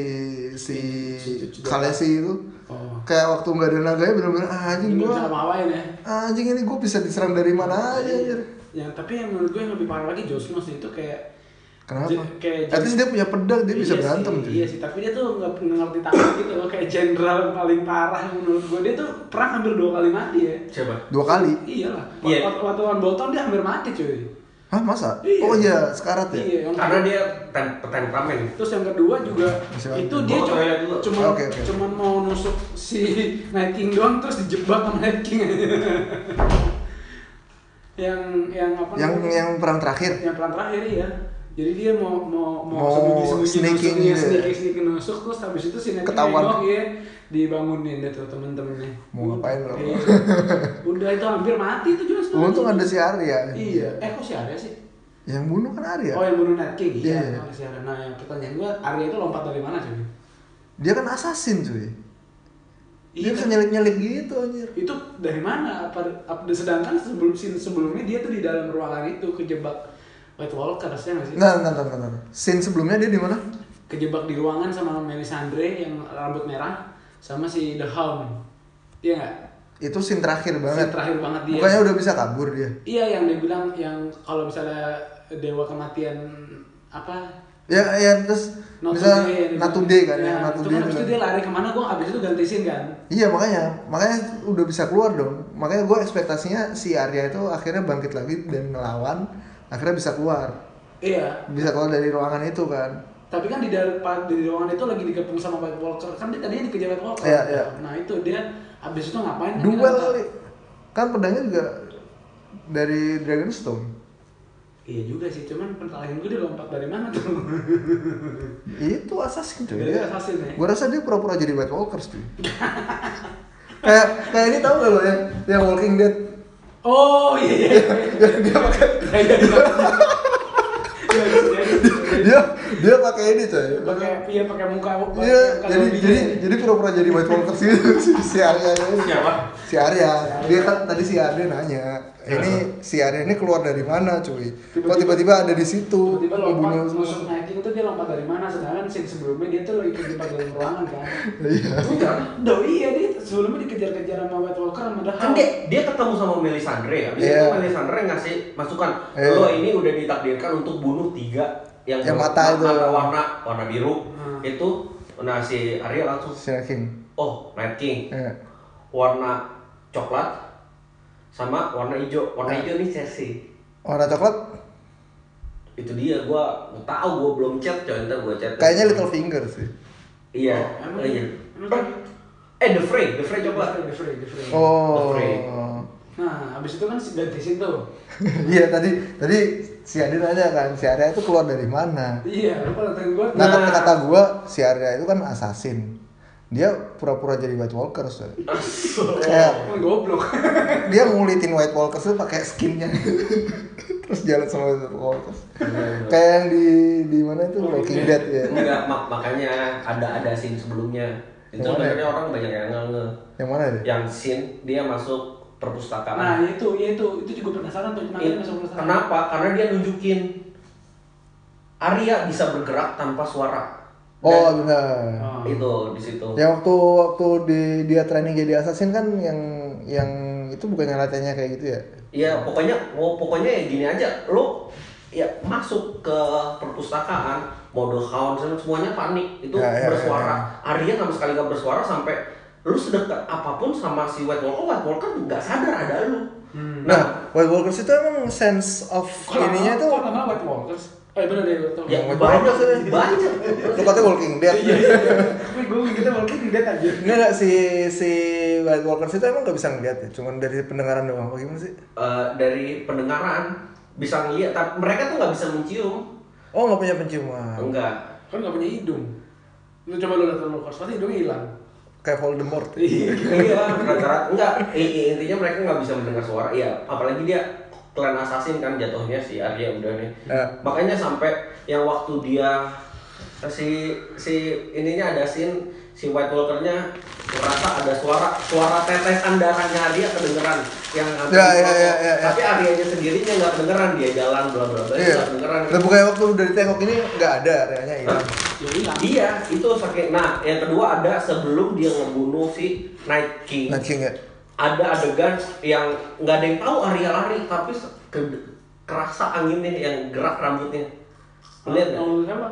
si
Iya,
Kalesi itu
Oh.
kayak waktu nggak ada naganya bener-bener ah, anjing
Ini
gua
bisa Iya, ngapain ya.
ah, anjing ini gua bisa diserang dari mana aja anjir.
Yang Ya, tapi yang menurut gue yang lebih parah lagi Josh Moss itu kayak
kenapa?
Je- kayak
At least dia punya pedang dia bisa
Iya
berantem
sih,
cuy.
Iya sih, tapi dia tuh nggak nggak ngerti tangan gitu loh, kayak jenderal paling parah menurut gue. Dia tuh perang hampir dua kali mati ya.
Coba.
dua kali
Iyalah.
Iya.
Waktu waktu lawan Bolton dia hampir mati cuy.
hah masa?
Iya.
oh iya sekarat ya?
Iya. yang-
Karena dia tem temperamen.
Terus yang kedua juga
Bisa.
itu dia
Bawa
cuma
toilet ya, dulu.
cuma
Oke, oke.
cuman mau nusuk si Night King doang terus dijebak sama Night King. yang yang apa?
yang
namanya?
yang perang terakhir
yang pelan terakhir ya. Jadi dia mau mau mau,
Mau
sembunyi-sembunyi
sneaking
nusuknya,
gitu ya.
sneaking sneaking nusuk terus habis itu si Night King
Ketahuan.
nengok, ya dibangunin deh tuh temen-temennya.
Mau ngapain lo?
Iya. Udah itu hampir mati itu jelas.
untung ada si Arya
Iya. Eh kok si Arya sih?
yang bunuh kan Arya
Oh yang bunuh Night King iya.
Iya.
Oh, si Arya. Nah yang pertanyaan gua Arya itu lompat dari mana cuy?
dia kan assassin cuy dia
Iya.
bisa nyelip-nyelip gitu anjir
itu dari mana apa, apa- sedangkan sebelum scene sebelumnya dia tuh di dalam ruangan itu kejebak White Walker harusnya nggak sih
Nah, nah, nah, nah, nah. Scene sebelumnya dia di mana?
kejebak di ruangan sama Melisandre yang rambut merah sama si The Hound iya nggak
Itu scene terakhir
Scene
banget.
terakhir banget dia
Bukannya udah bisa kabur dia?
iya yang dia bilang yang kalau misalnya dewa kematian apa
Ya, ya terus bisa
gitu.
Natude kan ya,
Natude
Natude itu
kan abis itu
kan.
dia lari kemana gue abis itu ganti scene kan
Iya makanya, makanya udah bisa keluar dong. Makanya gue ekspektasinya si Arya itu akhirnya bangkit lagi dan ngelawan, akhirnya bisa keluar,
iya
bisa keluar dari ruangan itu kan.
tapi kan di depan di ruangan itu lagi digabung sama White Walker kan dia tadinya dikejar White Walker
Iya, iya.
nah itu dia abis itu ngapain Kan
Duel
kita nggak tahu.
kali, kan pedangnya juga dari Dragonstone.
iya juga sih cuman pertanyaan gue dia lompat dari mana tuh
Itu assassin cuy.
Dari
Dia,
assassin ya?
Gue rasa dia pura-pura jadi White Walkers cuy. kayak kayak ini tau gak lo yang yang Walking Dead
oh iya iya iya dia pakai iya iya iya Iya, iya, iya.
dia dia pakai ini coy
pakai iya pakai muka pakai
Iya,
muka
jadi
zombinya.
jadi jadi pura-pura jadi White Walkers gitu si, si Arya ini.
Siapa?
Si Arya, dia kan tadi si Arya nanya, ini si Arya ini keluar dari mana cuy? Kok tiba-tiba ada di situ?
tiba-tiba lompat
ngebunuh semua.
nusuk naikin itu dia lompat dari mana sedangkan scene sebelumnya dia tuh lagi kejebak dalam ruangan kan
Iya.
Bukan.
Duh iya dia sebelumnya dikejar-kejar sama White Walker sama The
kan
Hound.
dia, dia ketemu sama Melisandre ya. Abis
Iya.
itu Melisandre ngasih masukan,
Iya.
lo ini udah ditakdirkan untuk bunuh tiga yang,
Yang mata itu.
warna warna biru
Hmm.
itu. Nah si Arya langsung,
Si King.
oh Night King,
Iya.
warna coklat sama warna hijau.
Nah.
Warna hijau nih Cersei.
Warna coklat,
Itu dia, gua nggak tahu gua belum chat, coy ntar gua chat.
kayaknya Little Oh, Finger sih.
Iya,
Emang-
iya.
emang-
gitu?
Eh The Frey, The Frey coklat.
The Frey, The Frey.
Oh.
Frey.
Nah, abis itu kan si- ganti situ.
Iya tadi tadi si Arya nanya kan, si Arya itu keluar dari mana?
Iya, lupa nonton gue.
Nah,
Nah.
kata kata gue, si Arya itu kan assassin. Dia pura-pura jadi White Walker, Kayak
Emang kan goblok.
dia ngulitin White Walkers tuh pakai skinnya. Terus jalan sama White Walkers. Kayak yang di di mana itu Iya, Walking Dead ya.
Enggak, mak makanya ada ada scene sebelumnya.
Yang
Itu
mana?
sebenarnya orang banyak yang nge
Yang mana deh?
yang scene dia masuk
Nah,
perpustakaan. Iya.
itu, ya itu, itu juga penasaran tuh. Kenapa
It-
dia masuk penasaran?
kenapa? Karena dia nunjukin Arya bisa bergerak tanpa suara.
Oh benar.
Oh.
Itu di situ.
Ya waktu waktu di dia training jadi assassin kan yang yang itu bukannya latihannya kayak gitu ya?
Ya pokoknya mau pokoknya ya gini aja. Lu ya masuk ke perpustakaan model count sama semuanya panik itu
Ya, ya,
bersuara Arya sama sekali gak bersuara sampai lu sedekat apapun sama si White Walker White Walker nggak sadar ada lu nah
Nah, White Walkers itu emang sense of ininya tuh Iya.
Kok namanya White Walkers? Eh bener deh, tau.
ya
White
banyak
Walker.
banyak
lu katanya Walking Dead.
Iya, iya. Tapi gue kita Walking Dead aja.
Enggak enggak si si White Walkers itu emang gak bisa ngeliat ya, cuman dari pendengaran doang. Apa gimana sih?
Eh, dari pendengaran bisa ngeliat tapi mereka tuh nggak bisa mencium
Oh, nggak punya penciuman.
enggak
Kan nggak punya hidung. Lu coba lu lihat White Walkers, pasti hidungnya hilang.
Kayak Voldemort.
Iya.
iya rata-rata enggak I- i- intinya mereka nggak bisa mendengar suara ya apalagi dia klan assassin kan jatuhnya si Arya udah nih
Eh.
makanya sampai yang waktu dia si si ininya ada scene si White Walkernya merasa ada suara suara tetesan darahnya Arya kedengeran yang hampir
Ya, ya,
dipotong.
ya, ya, ya.
tapi Aryanya sendirinya nggak kedengeran dia jalan bla bla bla
Iya.
nggak kedengeran
Lah bukannya waktu udah ditengok ini nggak ada areanya hilang.
Ya hilang.
Iya, itu saking. Nah, yang kedua ada sebelum dia ngebunuh si Night King.
Nah, King ya.
Ada adegan yang nggak ada yang tahu Arya lari, tapi se- ke- kerasa anginnya yang gerak rambutnya. Lihat ya? nggak?
Oh, siapa?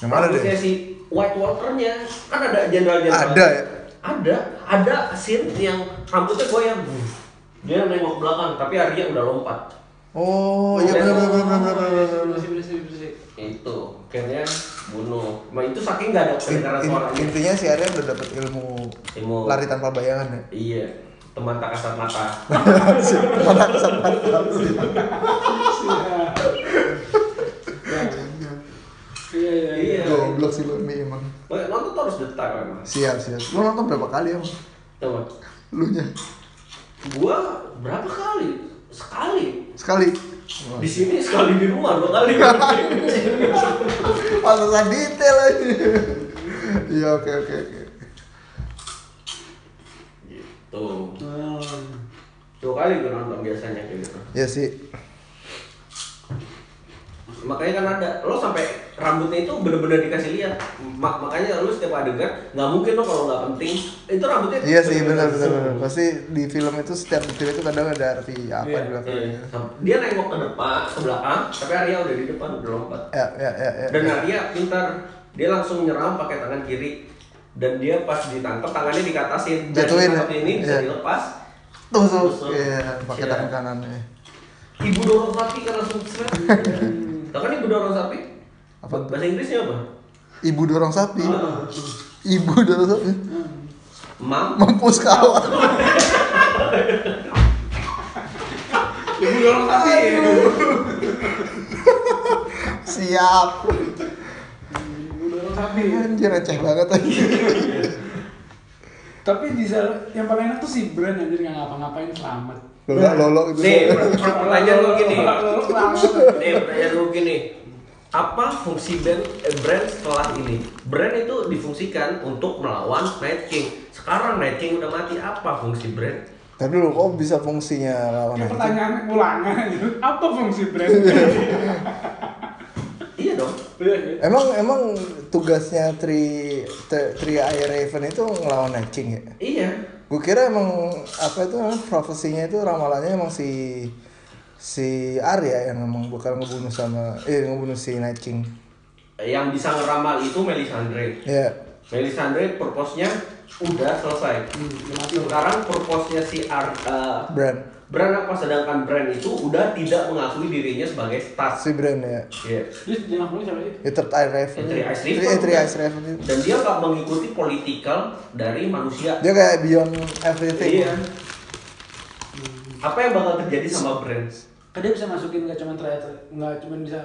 Yang mana
Rambutnya
deh?
si White Walkernya kan ada jenderal-jenderal.
Ada ya?
Ada, ada scene yang rambutnya goyang. Dia nengok ke belakang, tapi Arya udah lompat.
Oh, iya benar benar benar benar benar, benar.
Bersih, bersih, bersih.
Itu, akhirnya bunuh. Nah, itu saking nggak ada
In-
kedengaran
in-
suaranya.
intinya si Arya udah dapet ilmu
Ilmu.
lari tanpa bayangan ya.
Iya, teman tak kasat mata.
Si kepala kesat mata.
Iya, iya, iya.
Iya.
Goblok sih lu ini emang.
Wah, Nonton tuh harus detail emang.
Siap, siap. Lu nonton berapa kali emang?
Coba.
Lu nya
Gua berapa kali? Sekali.
sekali.
Di sini sekali di rumah dua kali.
Pantesan detail aja. Iya, oke oke oke.
gitu.
Hmm.
Dua kali gua nonton biasanya kayak gitu.
Ya sih.
Makanya kan ada lo sampai rambutnya itu bener-bener dikasih lihat. Ma- makanya lo setiap adegan nggak mungkin lo kalau nggak penting itu rambutnya.
Iya sih, benar benar
bener-bener
benar. Pasti di film itu setiap detail itu kadang ada arti apa
Iya,
di belakangnya.
Iya. Dia nengok ke depan, ke belakang, tapi Arya udah di depan udah lompat.
Ya, ya, ya, ya.
Dan Arya pintar, dia langsung nyerang pakai tangan kiri dan dia pas ditangkap tangannya dikatasin Dan
Jatuhin,
ditangkap ini bisa
iya.
dilepas
Tuh, tuh.
Tusuk.
Iya, pakai
Iya.
tangan kanannya.
ibu dorong sapi kan langsung seret tau kan ibu dorong sapi
Apa tuh?
bahasa Inggrisnya apa
Ibu dorong sapi. Ibu dorong sapi.
mam
Mampus kawan.
Ibu dorong sapi.
Siap.
Ibu dorong sapi.
Anjir receh banget aja.
Tapi di sana- yang paling enak tuh si Brand anjir nggak ngapa-ngapain selamat.
Lolo lolo gitu.
nih per- per- pertanyaan lu gini
Lolo selamat.
nih pertanyaan lu gini apa fungsi brand, eh, brand setelah ini? Brand itu difungsikan untuk melawan Night King. Sekarang Night King udah mati, apa fungsi brand?
Tapi lu kok bisa fungsinya lawan
Kayak
aja?
pertanyaan ulangan gitu. Apa fungsi brand?
Iya dong.
Iya, iya.
Emang emang tugasnya Tri Tri- Tri Eye Raven itu ngelawan Night King ya?
Iya.
Gue kira emang apa itu namanya profesinya itu ramalannya emang si si Arya yang emang bakal ngebunuh sama eh ngebunuh si Night King.
yang bisa ngeramal itu Melisandre.
Ya.
Melisandre purpose-nya udah selesai. Sekarang purpose-nya si Ar eh,
Brand.
Bran apa sedangkan Bran itu udah tidak mengakui dirinya sebagai Stark.
Si Brand ya.
Iya.
Terus yang ngomong siapa sih?
Ya, Third Eye Raven.
Three Eyes
Three-
Raven.
eh, Three Eyes Raven itu.
Dan dia nggak mengikuti politikal dari manusia.
Dia kayak beyond everything.
Iya. Apa yang bakal terjadi sama Bran?
Kan dia bisa masukin nggak cuma ternyata nggak cuma bisa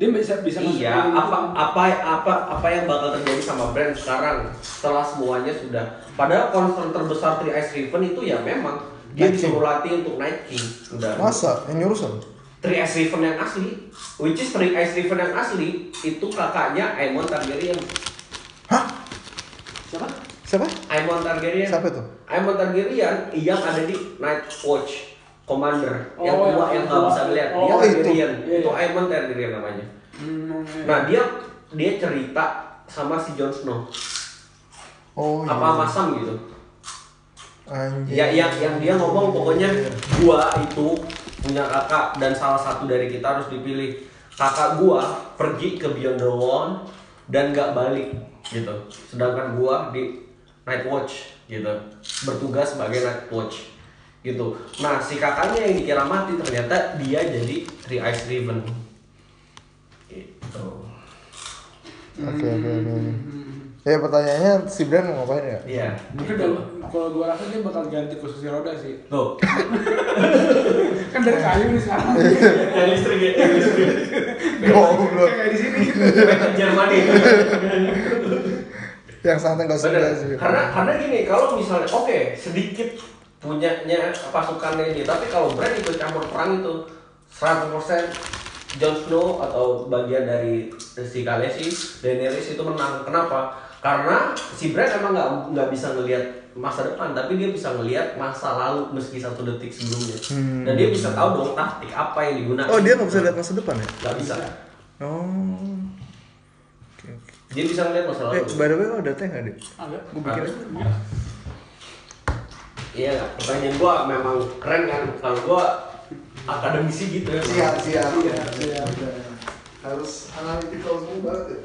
dia bisa bisa masukin
Iya,
gitu.
apa apa apa apa yang bakal terjadi sama brand sekarang setelah semuanya sudah. Padahal concern terbesar Three Eyes Raven itu ya memang dia
Night King.
disuruh latih untuk Night King. Udah.
Masa yang nyuruh siapa?
Three Eyes Raven yang asli, which is Three Eyes Raven yang asli itu kakaknya Aemon Targaryen.
Siapa?
Siapa?
Aemon Targaryen.
Siapa itu?
Aemon Targaryen yang ada di Night Watch Commander yang
Oh,
tua
yang
yang nggak
tua.
bisa ngeliat
Oh,
dia
itu.
Targaryen
Iya,
itu
iya.
Aemon Targaryen namanya
Hmm, iya.
Nah dia dia cerita sama si Jon Snow
Oh
apa
iya.
masam gitu.
Anjir.
Ya yang yang dia ngomong pokoknya
Iya.
gua itu punya kakak dan salah satu dari kita harus dipilih. Kakak gua pergi ke Beyond the Wall dan gak balik gitu. Sedangkan gua di Night Watch gitu. Bertugas sebagai Night Watch gitu. Nah, si kakaknya yang dikira mati ternyata dia jadi Three Eyes Raven. Gitu.
Oke oke oke. Ya pertanyaannya si Bram mau ngapain ya?
Iya.
Mungkin dalam- kalau gua rasa dia bakal ganti kursi roda sih.
Tuh.
Kan dari
Iya.
kayu nih sekarang.
Yang listrik ya, yang listrik. Iya,
Goblok.
Kayak di sini. gitu.
Made in Germany.
Yang santai gak
Bener.
sudah Iya, sih.
Karena karena gini, kalau misalnya oke sedikit punyanya pasukannya ini, tapi kalau brand ikut campur perang itu 100% Jon Snow atau bagian dari si Khaleesi, Daenerys itu menang. Kenapa? Karena si Bran emang nggak nggak bisa ngelihat masa depan, tapi dia bisa ngelihat masa lalu meski satu detik sebelumnya. Dan dia bisa tahu dong taktik apa yang digunakan.
Hmm. Oh dia nggak bisa lihat masa depan ya?
Nggak bisa.
Oh. Oke oke.
Dia bisa ngelihat masa
Eh
lalu.
by the way lo ada teh nggak deh?
Ada.
Gue bikin aja.
Iya, pertanyaan gua memang keren kan. Kalau gua akademisi gitu ya.
Iya,
siap. Iya, Harus analytical semua banget ya.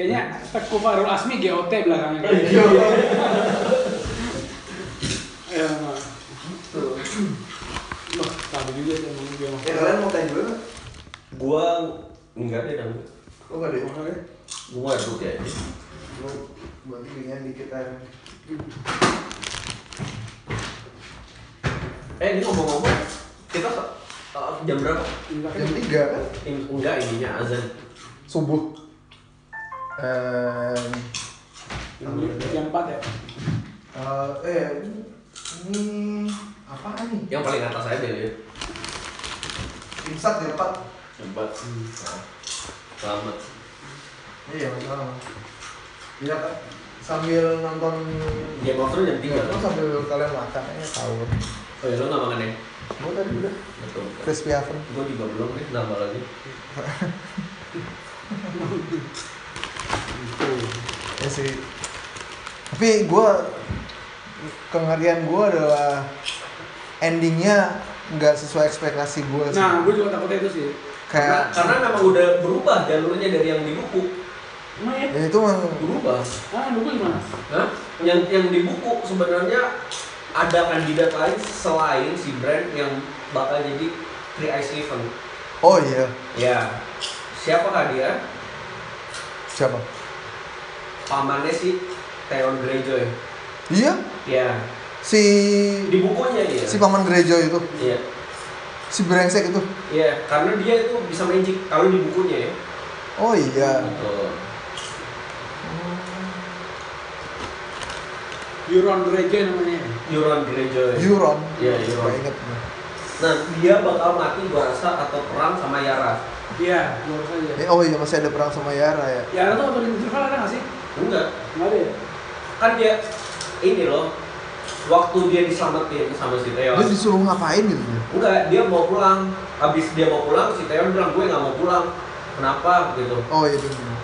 Kayaknya Teku Farul Asmi GOT belakangnya.
Iya,
Ya, mah. Gitu. Loh, tadi juga sih emang dia mah.
Ya kalian mau tanya juga nggak?
Gua enggak ada dong.
Oh nggak deh.
Gua itu ya.
Lu berarti ringan dikit aja.
Eh, ini ngomong-ngomong, kita eh, jam berapa?
Enggak
Iya,
kan?
Jam tiga kan?
Ini- Enggak ininya azan.
Subuh. Eh,
Jam
iya.
lima- Jam 4 ya.
eh, eh, ini apa nih?
Yang paling atas aja deh. ya.
Imsak ya Pak?
Hebat. Nah, Selamat.
Iya sama. Iya kan? Sambil nonton
Game of Thrones jam
Iya,
3
kan sambil kalian makan aja sahur.
Oh ya, lo nggak makan ya?
Gue tadi udah
Betul.
crispy oven.
Gua juga belum nih, nambah lagi. Iya.
Ya sih. Tapi gue kengerian gue adalah endingnya nggak sesuai ekspektasi gue sih.
Nah, gue juga takutnya itu sih.
Kayak
Karena, karena memang udah berubah jalurnya dari yang di buku.
Emang ya?
ya itu mah
Berubah.
Ah, lu gue gimana?
Hah? Yang yang di buku sebenarnya ada kandidat lain selain si brand yang bakal jadi Three Eyes Raven.
oh iya
Ya. Siapakah dia?
siapa?
Pamannya si Theon Greyjoy.
Iya
Ya.
si
Di bukunya dia.
si paman gereja itu
Iya.
si brengsek itu.
Iya, karena dia itu bisa magic kalau di bukunya ya.
Oh iya.
Betul.
Euron Greyjoy namanya.
Euron Greyjoy.
Euron.
Iya, Euron.
Gak inget gue.
Nah, dia bakal mati gua rasa atau perang sama Yara.
Iya, gue harus aja.
Eh, oh iya masih ada perang sama Yara ya.
Ya, lu tuh waktu di Interval ada nggak sih?
Enggak.
Nggak ada ya?
Kan dia ini loh. Waktu dia diselamatin sama si Theon.
Dia disuruh ngapain gitu?
Enggak, dia mau pulang. Habis dia mau pulang, si Teon bilang, gue nggak mau pulang. Kenapa? Gitu.
Oh iya bener.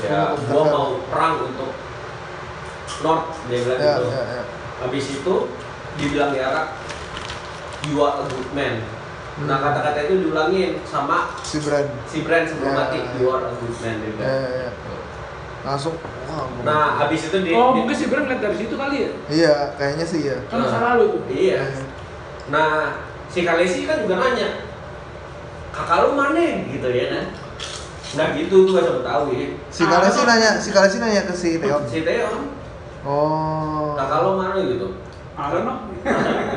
Ya, gue mau perang untuk North, dia bilang
Ya,
gitu.
ya, ya.
Habis itu, dibilang Yara, you are a good man. Nah,
Hmm.
kata-kata itu diulangin sama
Si Bran
si Brand sebelum
Ya.
mati, you are a good man. Dia bilang.
Ya, ya, ya. langsung. Wah, gua-
Nah, habis itu dia...
Oh,
dia-
mungkin sih Bram lihat dari situ kali ya?
Iya, Ya. kayaknya sih ya.
Kan masa lalu tuh.
Iya. Nah, si Kalesi kan juga nanya, kakak lu mana? Gitu ya, nah. Nah gitu, gue sempat tahu ya.
Si Kalesi
Ah.
nanya, si Kalesi nanya ke si Teon.
Si Teon,
Oh.
kakak lo mana gitu
I don't know.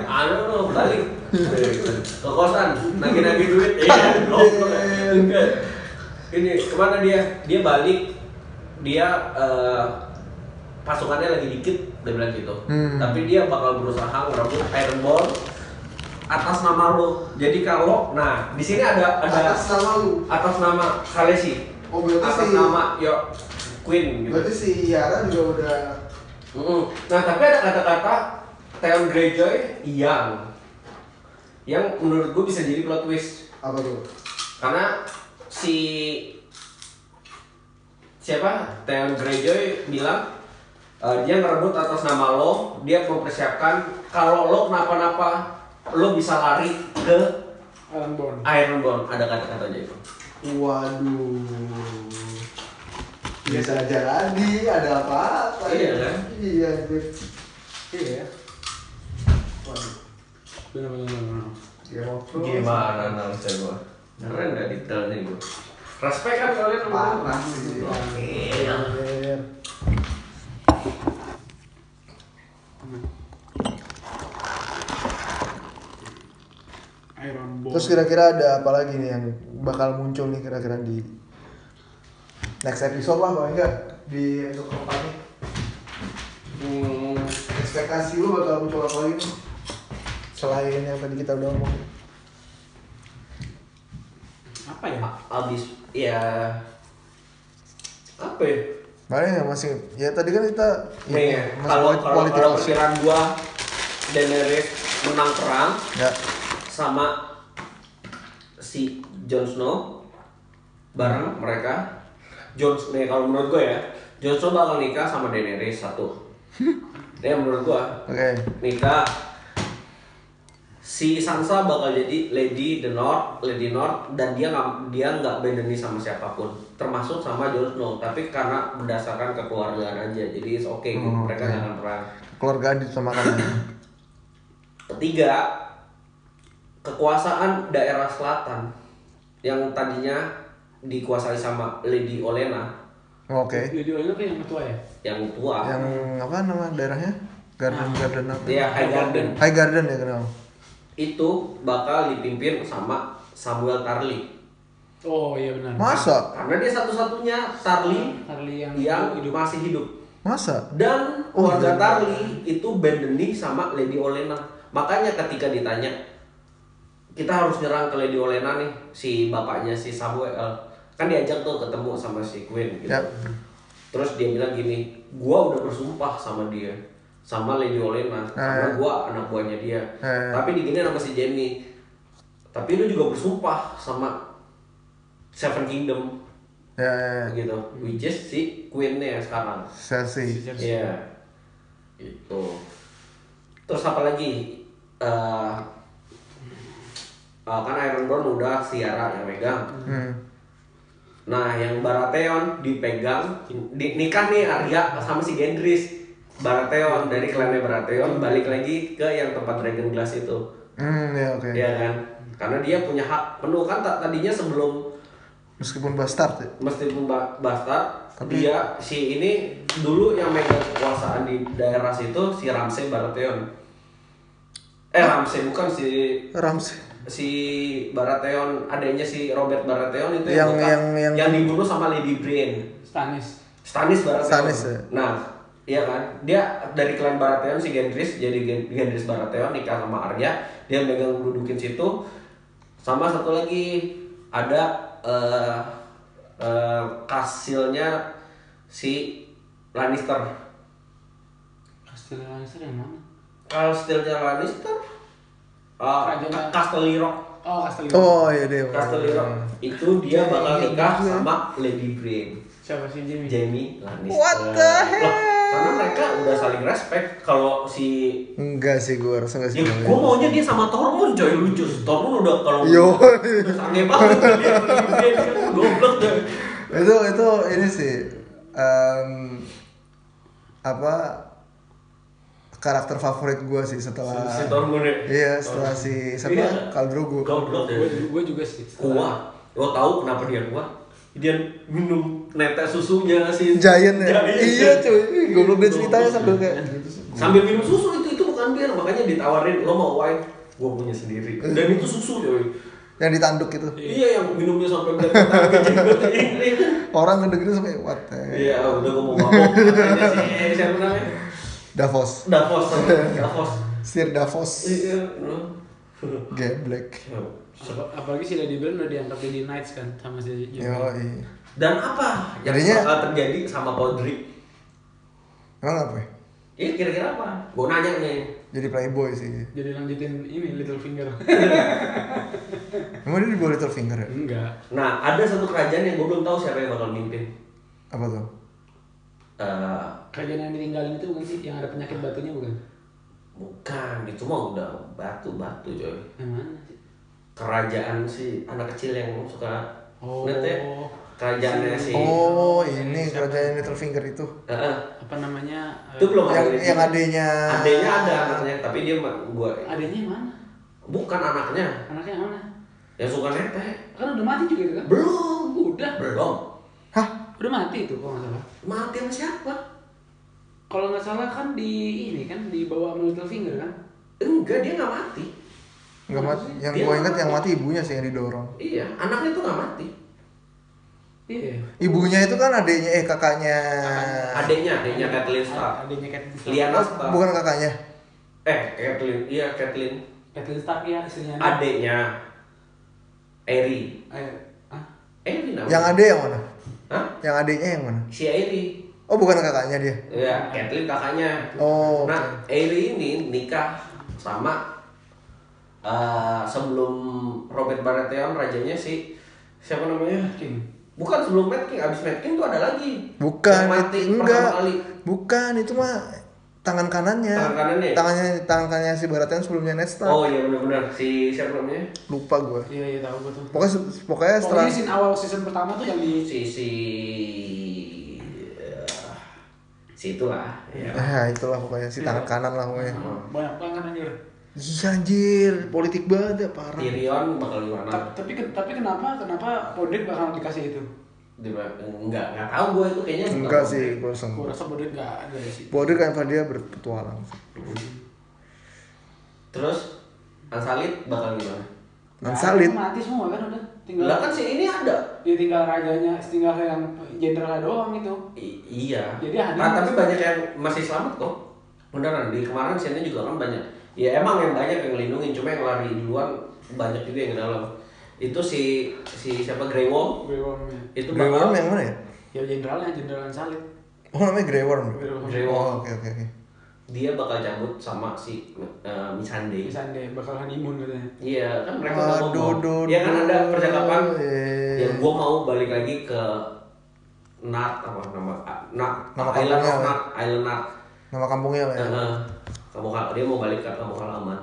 anu lo balik ke kosan nagih nagih duit iya goblok. Enggak. ini kemana dia dia balik dia eh, pasukannya lagi dikit dia bilang gitu
Hmm.
tapi dia bakal berusaha ngerebut Iron Ball atas nama lo jadi kalau nah di sini ada ada atas,
nama lu.
nama Kalesi
Oh, berarti
atas
si-
nama yo Queen gitu
si Yara juga udah
Mm. Nah tapi ada kata-kata Theon Greyjoy yang yang menurut gue bisa jadi plot twist
apa tuh?
karena si siapa Theon Greyjoy bilang "Eh, dia ngerebut atas nama lo dia mempersiapkan kalau lo kenapa-napa lo bisa lari ke
Alan Bourne.
Ironborn ada kata-katanya itu
Waduh. Bisa jadi ada apa-apa.
Iya kan?
Iya, gue.
Iya.
Waduh.
Benar benar benar. benar.
Game of Thrones.
gimana analisnya gua keren gak detailnya gua respect kan kalian sama gua?
Parah sih. Iya. Anjir.
Iron Bourne.
Terus kira-kira ada apa lagi nih yang bakal muncul nih kira-kira di next episode lah paling enggak di episode keempat nih.
Hmm,
Ekspektasi lu bakal muncul apa lagi nih? Selain yang tadi kita udah ngomong.
apa ya?
a- abis ya apa ya
Makanya yang masih ya tadi kan kita
Nih,
ya, masih
Iya, kalau
quality-
kalau
quality
kalau
of-
perkiraan gua Daenerys menang perang
ya.
sama si Jon Snow bareng mereka. Jon nih kalau menurut gua ya, Jon Snow bakal nikah sama Daenerys satu. Dia menurut gua
Oke.
nikah si Sansa bakal jadi Lady the North, Lady North dan dia nggak dia nggak bedeni sama siapapun, termasuk sama Jon Snow. Tapi karena berdasarkan kekeluargaan aja, jadi oke gitu.
Hmm,
mereka
oke.
nggak akan perang.
Keluargaan disamakan.
Ketiga, kekuasaan daerah selatan yang tadinya dikuasai sama Lady Olena
Oke.
Lady Olena tuh yang ketua ya?
yang tua.
Yang apa nama daerahnya? Garden Garden apa?
Dia High Garden
High Garden ya kenal.
itu bakal dipimpin sama Samuel Tarly.
Oh iya benar.
Masa?
Karena dia satu-satunya Tarly
Harley yang
Iya.
yang
hidup.
masih hidup.
Masa?
Dan
Oh,
keluarga
iya.
Tarly itu bandeni sama Lady Olena. Makanya ketika ditanya kita harus nyerang ke Lady Olena nih si bapaknya si Samuel kan diajak tuh ketemu sama si Queen gitu.
Ya.
Terus dia bilang gini, gua udah bersumpah sama dia, sama Lady Olena, karena
Eh.
gua anak buahnya dia.
Eh.
Tapi digini sama si Jamie. Tapi lu juga bersumpah sama Seven Kingdom
Ya, ya, ya.
gitu, which is si Queen-nya sekarang.
Cersei.
Iya. Itu. Terus apa lagi? Eh, eh, kan Ironborn udah Ciara yang megang.
Hmm.
Nah, yang Baratheon dipegang, di, nikah nih Arya sama si Gendris. Baratheon dari klannya Baratheon balik lagi ke yang tempat Dragon Glass itu.
Hmm, ya oke.
Iya kan? Karena dia punya hak penuh kan ta- tadinya sebelum
Meskipun bastard ya.
meskipun ba- bastard
Tapi-
dia si ini dulu yang megang kekuasaan di daerah situ si Ramsay Baratheon eh Ramsay bukan si
Ramsey.
si Baratheon adanya si Robert Baratheon itu
Yang-
bekas-
yang- yang-
dibunuh sama Lady Brienne
Stanis.
Stannis Baratheon
Stannis, ya.
nah iya kan dia dari klan Baratheon si Gendris jadi Gen- Gendris Baratheon nikah sama Arya dia megang dudukin situ sama satu lagi ada eh eh, kasilnya si Lannister
Castellan Lannister yang mana?
kastilnya Lannister Eh,
Kerajaan-
Ka- Casterly Rock
Oh Castellan.
Oh iya deh.
Casterly Rock itu dia bakal nikah sama Lady Brienne
Siapa sih Jamie?
Jamie Lannister
What the hell?
Loh, karena mereka udah saling respect kalau si
Enggak sih gue rasa enggak sih.
Ya, gue maunya dia sama Tormund coy lucu. Tormund udah kalau
Yo.
udah sange banget dia, dia, dia goblok deh.
itu itu ini sih em, apa karakter favorit gue sih setelah
Si Tormund ya.
iya setelah si
Iya.
siapa Kaldrugo
Goblok deh.
Gue gue juga sih.
Kuat. Lo tau kenapa dia kuat? Dia minum netes susunya si
Giant ya
Giant.
iya cuy Ih, goblok dia ceritanya sambil kayak gitu sih.
Sambil minum susu itu itu bukan bir, makanya ditawarin lo mau wine, gue punya sendiri. Dan itu susu coy.
yang ditanduk gitu
Iya yang minumnya sampai berdarah ini.
orang ngedengerin sampai what the
Iya, udah gue mau mabok. Makanya si Eh, siapa namanya?
Davos
Davos, Davos.
Sir Davos
Iya,
Geblek
Apa- Apalagi si Lady Bell udah diangkat jadi Knights kan sama si Jamie.
Iya.
yo
Dan apa yang
Jadinya-
bakal terjadi sama Podrick?
emang apa ya?
Ini Iya, kira-kira apa? Gue nanya nih.
Jadi playboy sih.
Jadi lanjutin ini Little Finger.
Emang dia di bawah Littlefinger ya?
Enggak.
Nah, ada satu kerajaan yang gue belum tahu siapa yang bakal mimpin.
Apa tuh?
Eh,
Kerajaan yang ditinggalin itu bukan sih yang ada penyakit batunya bukan?
bukan, itu mah udah batu-batu coy.
Yang mana sih?
Kerajaan si anak kecil yang suka
Oh.
net ya. Kerajaannya si.
Oh, ini kerajaan Littlefinger itu.
Eh, eh.
Apa namanya? eh,
itu belum ada.
Yang
di sini.
yang adenya
Adenya ada anaknya, tapi dia mah gua
Adanya yang mana?
bukan anaknya
Anaknya yang mana?
yang suka netek.
Kan udah mati juga itu kan?
Belum,
Udah.
belum.
Hah?
Udah mati itu kalau nggak salah.
Mati sama siapa?
Kalau nggak salah kan di ini kan dibawa sama Little Finger kan?
Enggak, dia nggak mati.
Enggak mati. Yang
Dia
gue ingat
mati.
yang mati ibunya sih yang didorong.
Iya, anaknya tuh nggak mati.
Iya.
Ibunya itu kan adenya eh kakaknya.
Adeknya, adeknya Kathleen Stark.
Adanya Cat
Liana Stark.
Bukan kakaknya.
Eh, Kathleen, iya Kathleen.
Kathleen Stark ya istrinya.
Adeknya Eri.
Eh, ah,
Eri namanya.
Yang ade yang mana?
Hah?
Yang adenya yang mana?
Si Eri.
Oh, bukan kakaknya dia.
Ya, Kathleen kakaknya.
Oh.
Nah, Eri ini nikah sama eh, sebelum Robert Baratheon rajanya si siapa namanya?
King.
Bukan sebelum Mad King, abis Mad King tuh ada lagi.
Bukan.
Yang mati
itu-
pertama
enggak.
kali.
Bukan, itu mah tangan kanannya.
Tangan kanannya? ya?
Tangannya tangan kanannya si Baratheon sebelumnya Ned Stark.
Oh iya benar-benar si siapa namanya?
Lupa gue.
Iya iya tahu gue tuh.
Pokoknya pokoknya
Oh,
setelah
Pokoknya scene awal season pertama tuh yang di
Si si eh, si itulah. Ya.
Ah, itulah pokoknya si tangan kanan lah pokoknya.
banyak banget anjir.
Iya anjir, politik banget ya parah.
Iya. Tyrion bakal gimana?
Ta- Tapi ke- tapi kenapa kenapa Podrick bakal dikasih itu?
Di- Enggak, enggak tahu gue itu kayaknya bukan
Enggak
orang.
sih, gue sanggup.
Gue rasa Podrick gak ada sih.
Bodir kan dia berpetualang.
Terus Ansalit bakal gimana?
Nan Salit.
Mati semua kan udah. Tinggal
Lah kan si ini ada.
ya tinggal rajanya, tinggal yang jenderalnya doang gitu.
I- iya.
Jadi ada.
Nah, tapi banyak yang masih selamat kok. Beneran di kemarin sini juga kan banyak. Ya emang yang banyak yang ngelindungin, cuma yang lari duluan banyak juga yang ke dalam. Itu si si siapa Grey Worm
Grey Worm-nya.
itu
Grey Worm
bakal
yang mana ya?
Ya jenderalnya, jenderal salib.
Oh namanya Grey Worm.
Grey Worm.
Grey Worm.
Oh oke oke oke.
dia bakal cabut sama si eh, Missandei.
Misande bakal honeymoon katanya.
Iya kan mereka udah
Aduh,
ngomong.
duh,
Iya kan ada
duh,
percakapan
eh.
yang gua mau balik lagi ke Nat apa nama ah, Nat
Nama
Island of
kampungnya.
Nat Island Nat.
Nama kampungnya apa ya?
Heeh. Kamu kal- dia mau balik ke kamu halaman.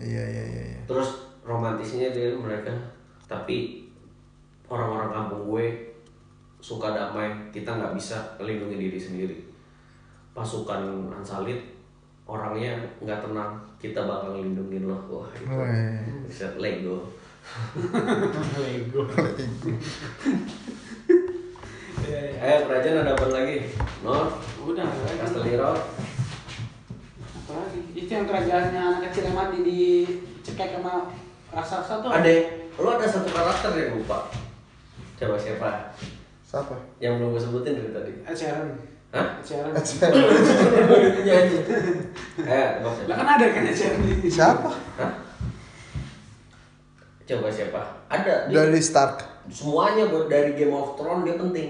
Iya iya iya. iya.
Terus romantisnya dia mereka tapi orang-orang kampung gue suka damai kita nggak bisa melindungi diri sendiri pasukan ansalit orangnya nggak tenang kita bakal ngelindungin lo wah itu
Weh.
bisa lego
Lego. Iya iya.
Ayo kerajaan ada apa lagi? Nor,
Udah, udah.
Castelliro,
Apa lagi? Itu yang kerajaannya anak kecil yang mati di cekek sama raksasa tuh.
ada lo ada satu karakter yang lupa. Coba siapa?
Siapa?
Yang belum gue sebutin dari tadi.
Ed Sheeran.
Hah?
Ed Sheeran.
Ed Sheeran.
Ya, itu. eh, coba
Lah
siapa?
kan ada kan Ed Sheeran di
Siapa?
Hah? Coba siapa? Ada. Di-
Dari Stark.
Semuanya buat dari Game of Thrones dia penting.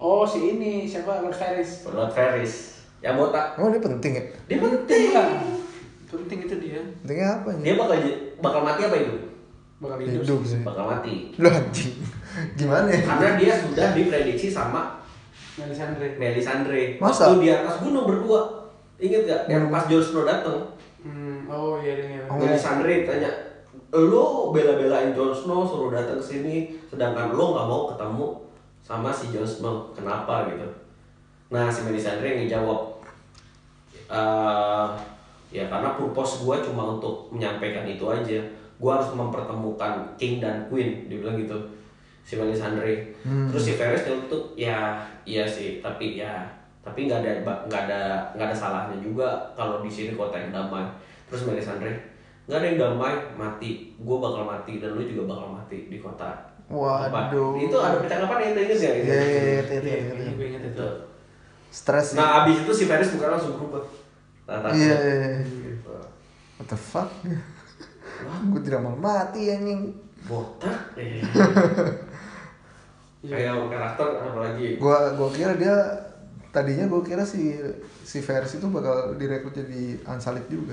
Oh si ini siapa Lord Ferris.
Lord Ferris, ya botak.
Oh dia penting ya?
Dia penting.
lah. Penting itu dia.
Pentingnya apa ini?
Dia bakal j- bakal mati apa itu?
Bakal hidup.
Hidup sih.
Bakal mati.
Lu anjing. Gimana ya?
Karena dia sudah diprediksi sama
Melisandre.
Melisandre
Masa? Hmm.
waktu di atas gunung berdua inget gak yang pas Jon Snow dateng
Hmm, oh iya iya.
Oh.
Melisandre tanya lu bela-belain Jon Snow suruh datang ke sini sedangkan lu nggak mau ketemu sama si Jon Snow kenapa gitu nah si Melisandre yang jawab "Eh, ya karena purpose gua cuma untuk menyampaikan itu aja gua harus mempertemukan King dan Queen dibilang gitu si Melisandre
Hmm.
terus si Ferris nyelutuk ya iya sih tapi ya tapi nggak ada nggak ada nggak ada salahnya juga kalau di sini kota yang damai terus Melisandre nggak ada yang damai mati gue bakal mati dan lu juga bakal mati di kota Apa?
Waduh.
itu ada percakapan yang ingat
Iya
ya
iya iya. iya,
Iya,
iya,
iya,
iya.
gue ingat itu.
Gitu.
Stres sih.
nah abis itu si Ferris bukan langsung berubah
Iya
Nah, takut.
iya. iya.
Gitu.
What the fuck? Gue tidak mau mati anjing.
botak eh.
Iya.
kayak karakter apalagi
Gua gua kira dia tadinya gue kira si si Vers itu bakal direkrut jadi Ansalib juga.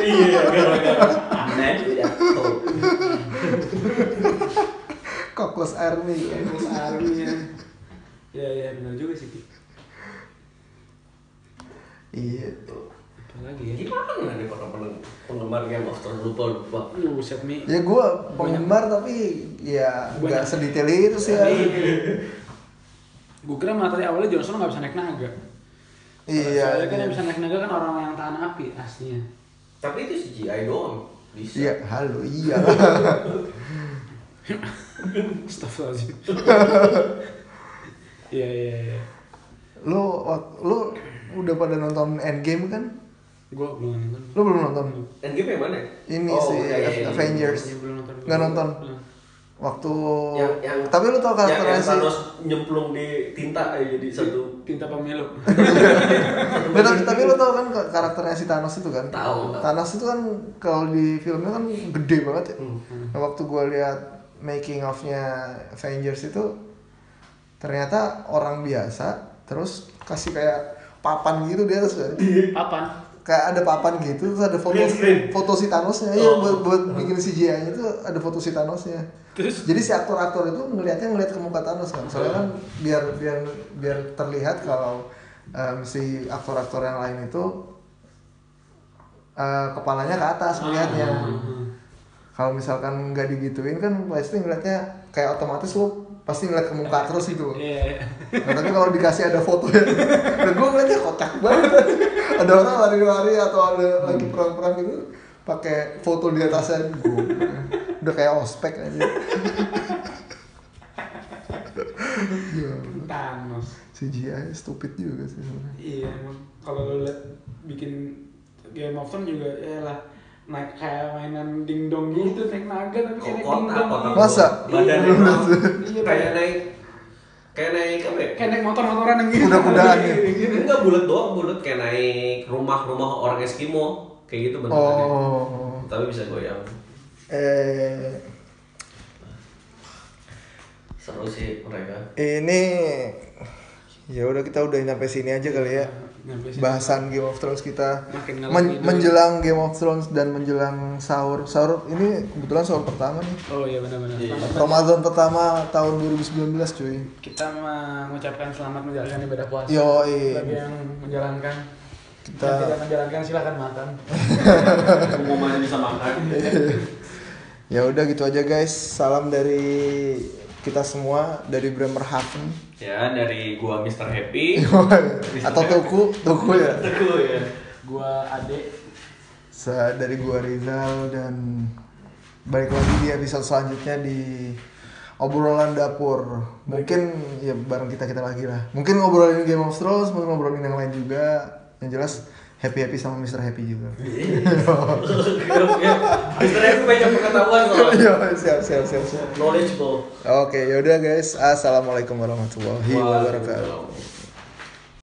Iya, gara-gara.
Anda juga tuh.
Kokos Army.
Terus Army ya. Iya iya benar juga sih. Ki.
Iya.
Apalagi ya.
Gimana nih para penggemar- penggemar Game of Thrones lupa lupa.
Uh, set mi.
Ya gue penggemar tapi ya nggak sedetail itu sih ya.
Iya.
Gue kira malah tadi awalnya Johnson nggak bisa naik naga.
Iya.
Soalnya kan
iya.
yang bisa naik naga kan orang yang tahan api aslinya.
Tapi itu CGI doang. Bisa.
Iya, halo, iya lah.
Astagfirullahaladzim. Iya iya iya.
lu, wak- lu udah pada nonton Endgame kan?
Gue belum nonton.
Lu belum nonton?
Endgame yang mana?
Ini
Oh,
si
udah, iya, iya.
Avengers.
Iya, belum nonton.
Nggak nonton.
Belum.
Waktu
Yang, yang,
Oh. Tapi lu tau
yang,
karakternya
yang
sih.
Thanos nyemplung di tinta eh, jadi satu.
Tinta pemilu.
Ya, tapi, tapi lu tau kan ka- karakternya si Thanos itu kan?
Tahu, tahu.
Thanos itu kan kalau di filmnya kan gede banget ya. Nah, waktu gua lihat making of-nya Avengers itu ternyata orang biasa terus kasih kayak papan gitu dia terus
Papan.
kayak ada papan gitu terus ada foto
Green screen.
foto si Thanosnya ya buat buat bikin CGI-nya itu ada foto si Thanosnya
Terus
jadi si aktor-aktor itu ngelihatnya ngelihat ke muka Thanos kan soalnya kan biar biar biar terlihat kalau em, si aktor-aktor yang lain itu eh, kepalanya ke atas melihatnya kalau misalkan nggak digituin kan pasti ngelihatnya kayak otomatis lu pasti ngeliat ke muka terus gitu
Iya, iya.
Nah, tapi kalau dikasih ada fotonya, dan gue ngeliatnya kocak banget. ada orang lari-lari atau ada lagi perang-perang gitu, pakai foto di atasnya gue. Udah kayak ospek aja. Gila,
Thanos.
CGI stupid juga sih sebenarnya.
Iya emang kalau lo liat bikin Game of Thrones juga ya lah naik kayak mainan dingdong gitu naik naga tapi
Kok
kayak naik
kotak
dingdong
kotak
gitu.
Masa?
badannya
Iya.
doang.
Iya,
kayak
Pak.
naik kayak naik apa ya?
kayak naik motor motoran yang gitu
Kuda-kudaan ya?
Enggak bulat doang bulat kayak naik rumah-rumah orang Eskimo kayak gitu bentukannya.
Oh,
Tapi bisa goyang.
eh
Seru sih mereka.
ini ya udah kita udah nyampe sini aja kali ya.
Nyampe sini.
Bahasan Game of Thrones kita
Makin ngalor
Men-
ngidul.
menjelang Game of Thrones dan menjelang sahur sahur ini kebetulan sahur pertama nih
oh iya benar-benar
Iya.
Selamat-
Ramadan pertama tahun 2019 cuy
kita mengucapkan selamat menjalankan ibadah puasa
Yoi.
bagi yang menjalankan
Iya, Kita-
yang tidak menjalankan silahkan makan
Pengumumannya bisa makan.
ya udah gitu aja guys salam dari kita semua dari Bremerhaven
Ya dari gua Mr. Happy.
atau Tuku Tuku ya
Teguh ya.
gua adek
Sa- dari gua Rizal dan balik lagi di episode selanjutnya di obrolan dapur mungkin ya bareng kita kita lagi lah mungkin ngobrolin Game of Thrones mungkin ngobrolin yang lain juga yang jelas happy happy sama Mr. Happy juga
Mr. Happy banyak pengetahuan soalnya.
Yo, siap siap siap siap
Knowledgeable.
Oke, yaudah guys. Assalamualaikum warahmatullahi wabarakatuh.
Waalaikumsalam.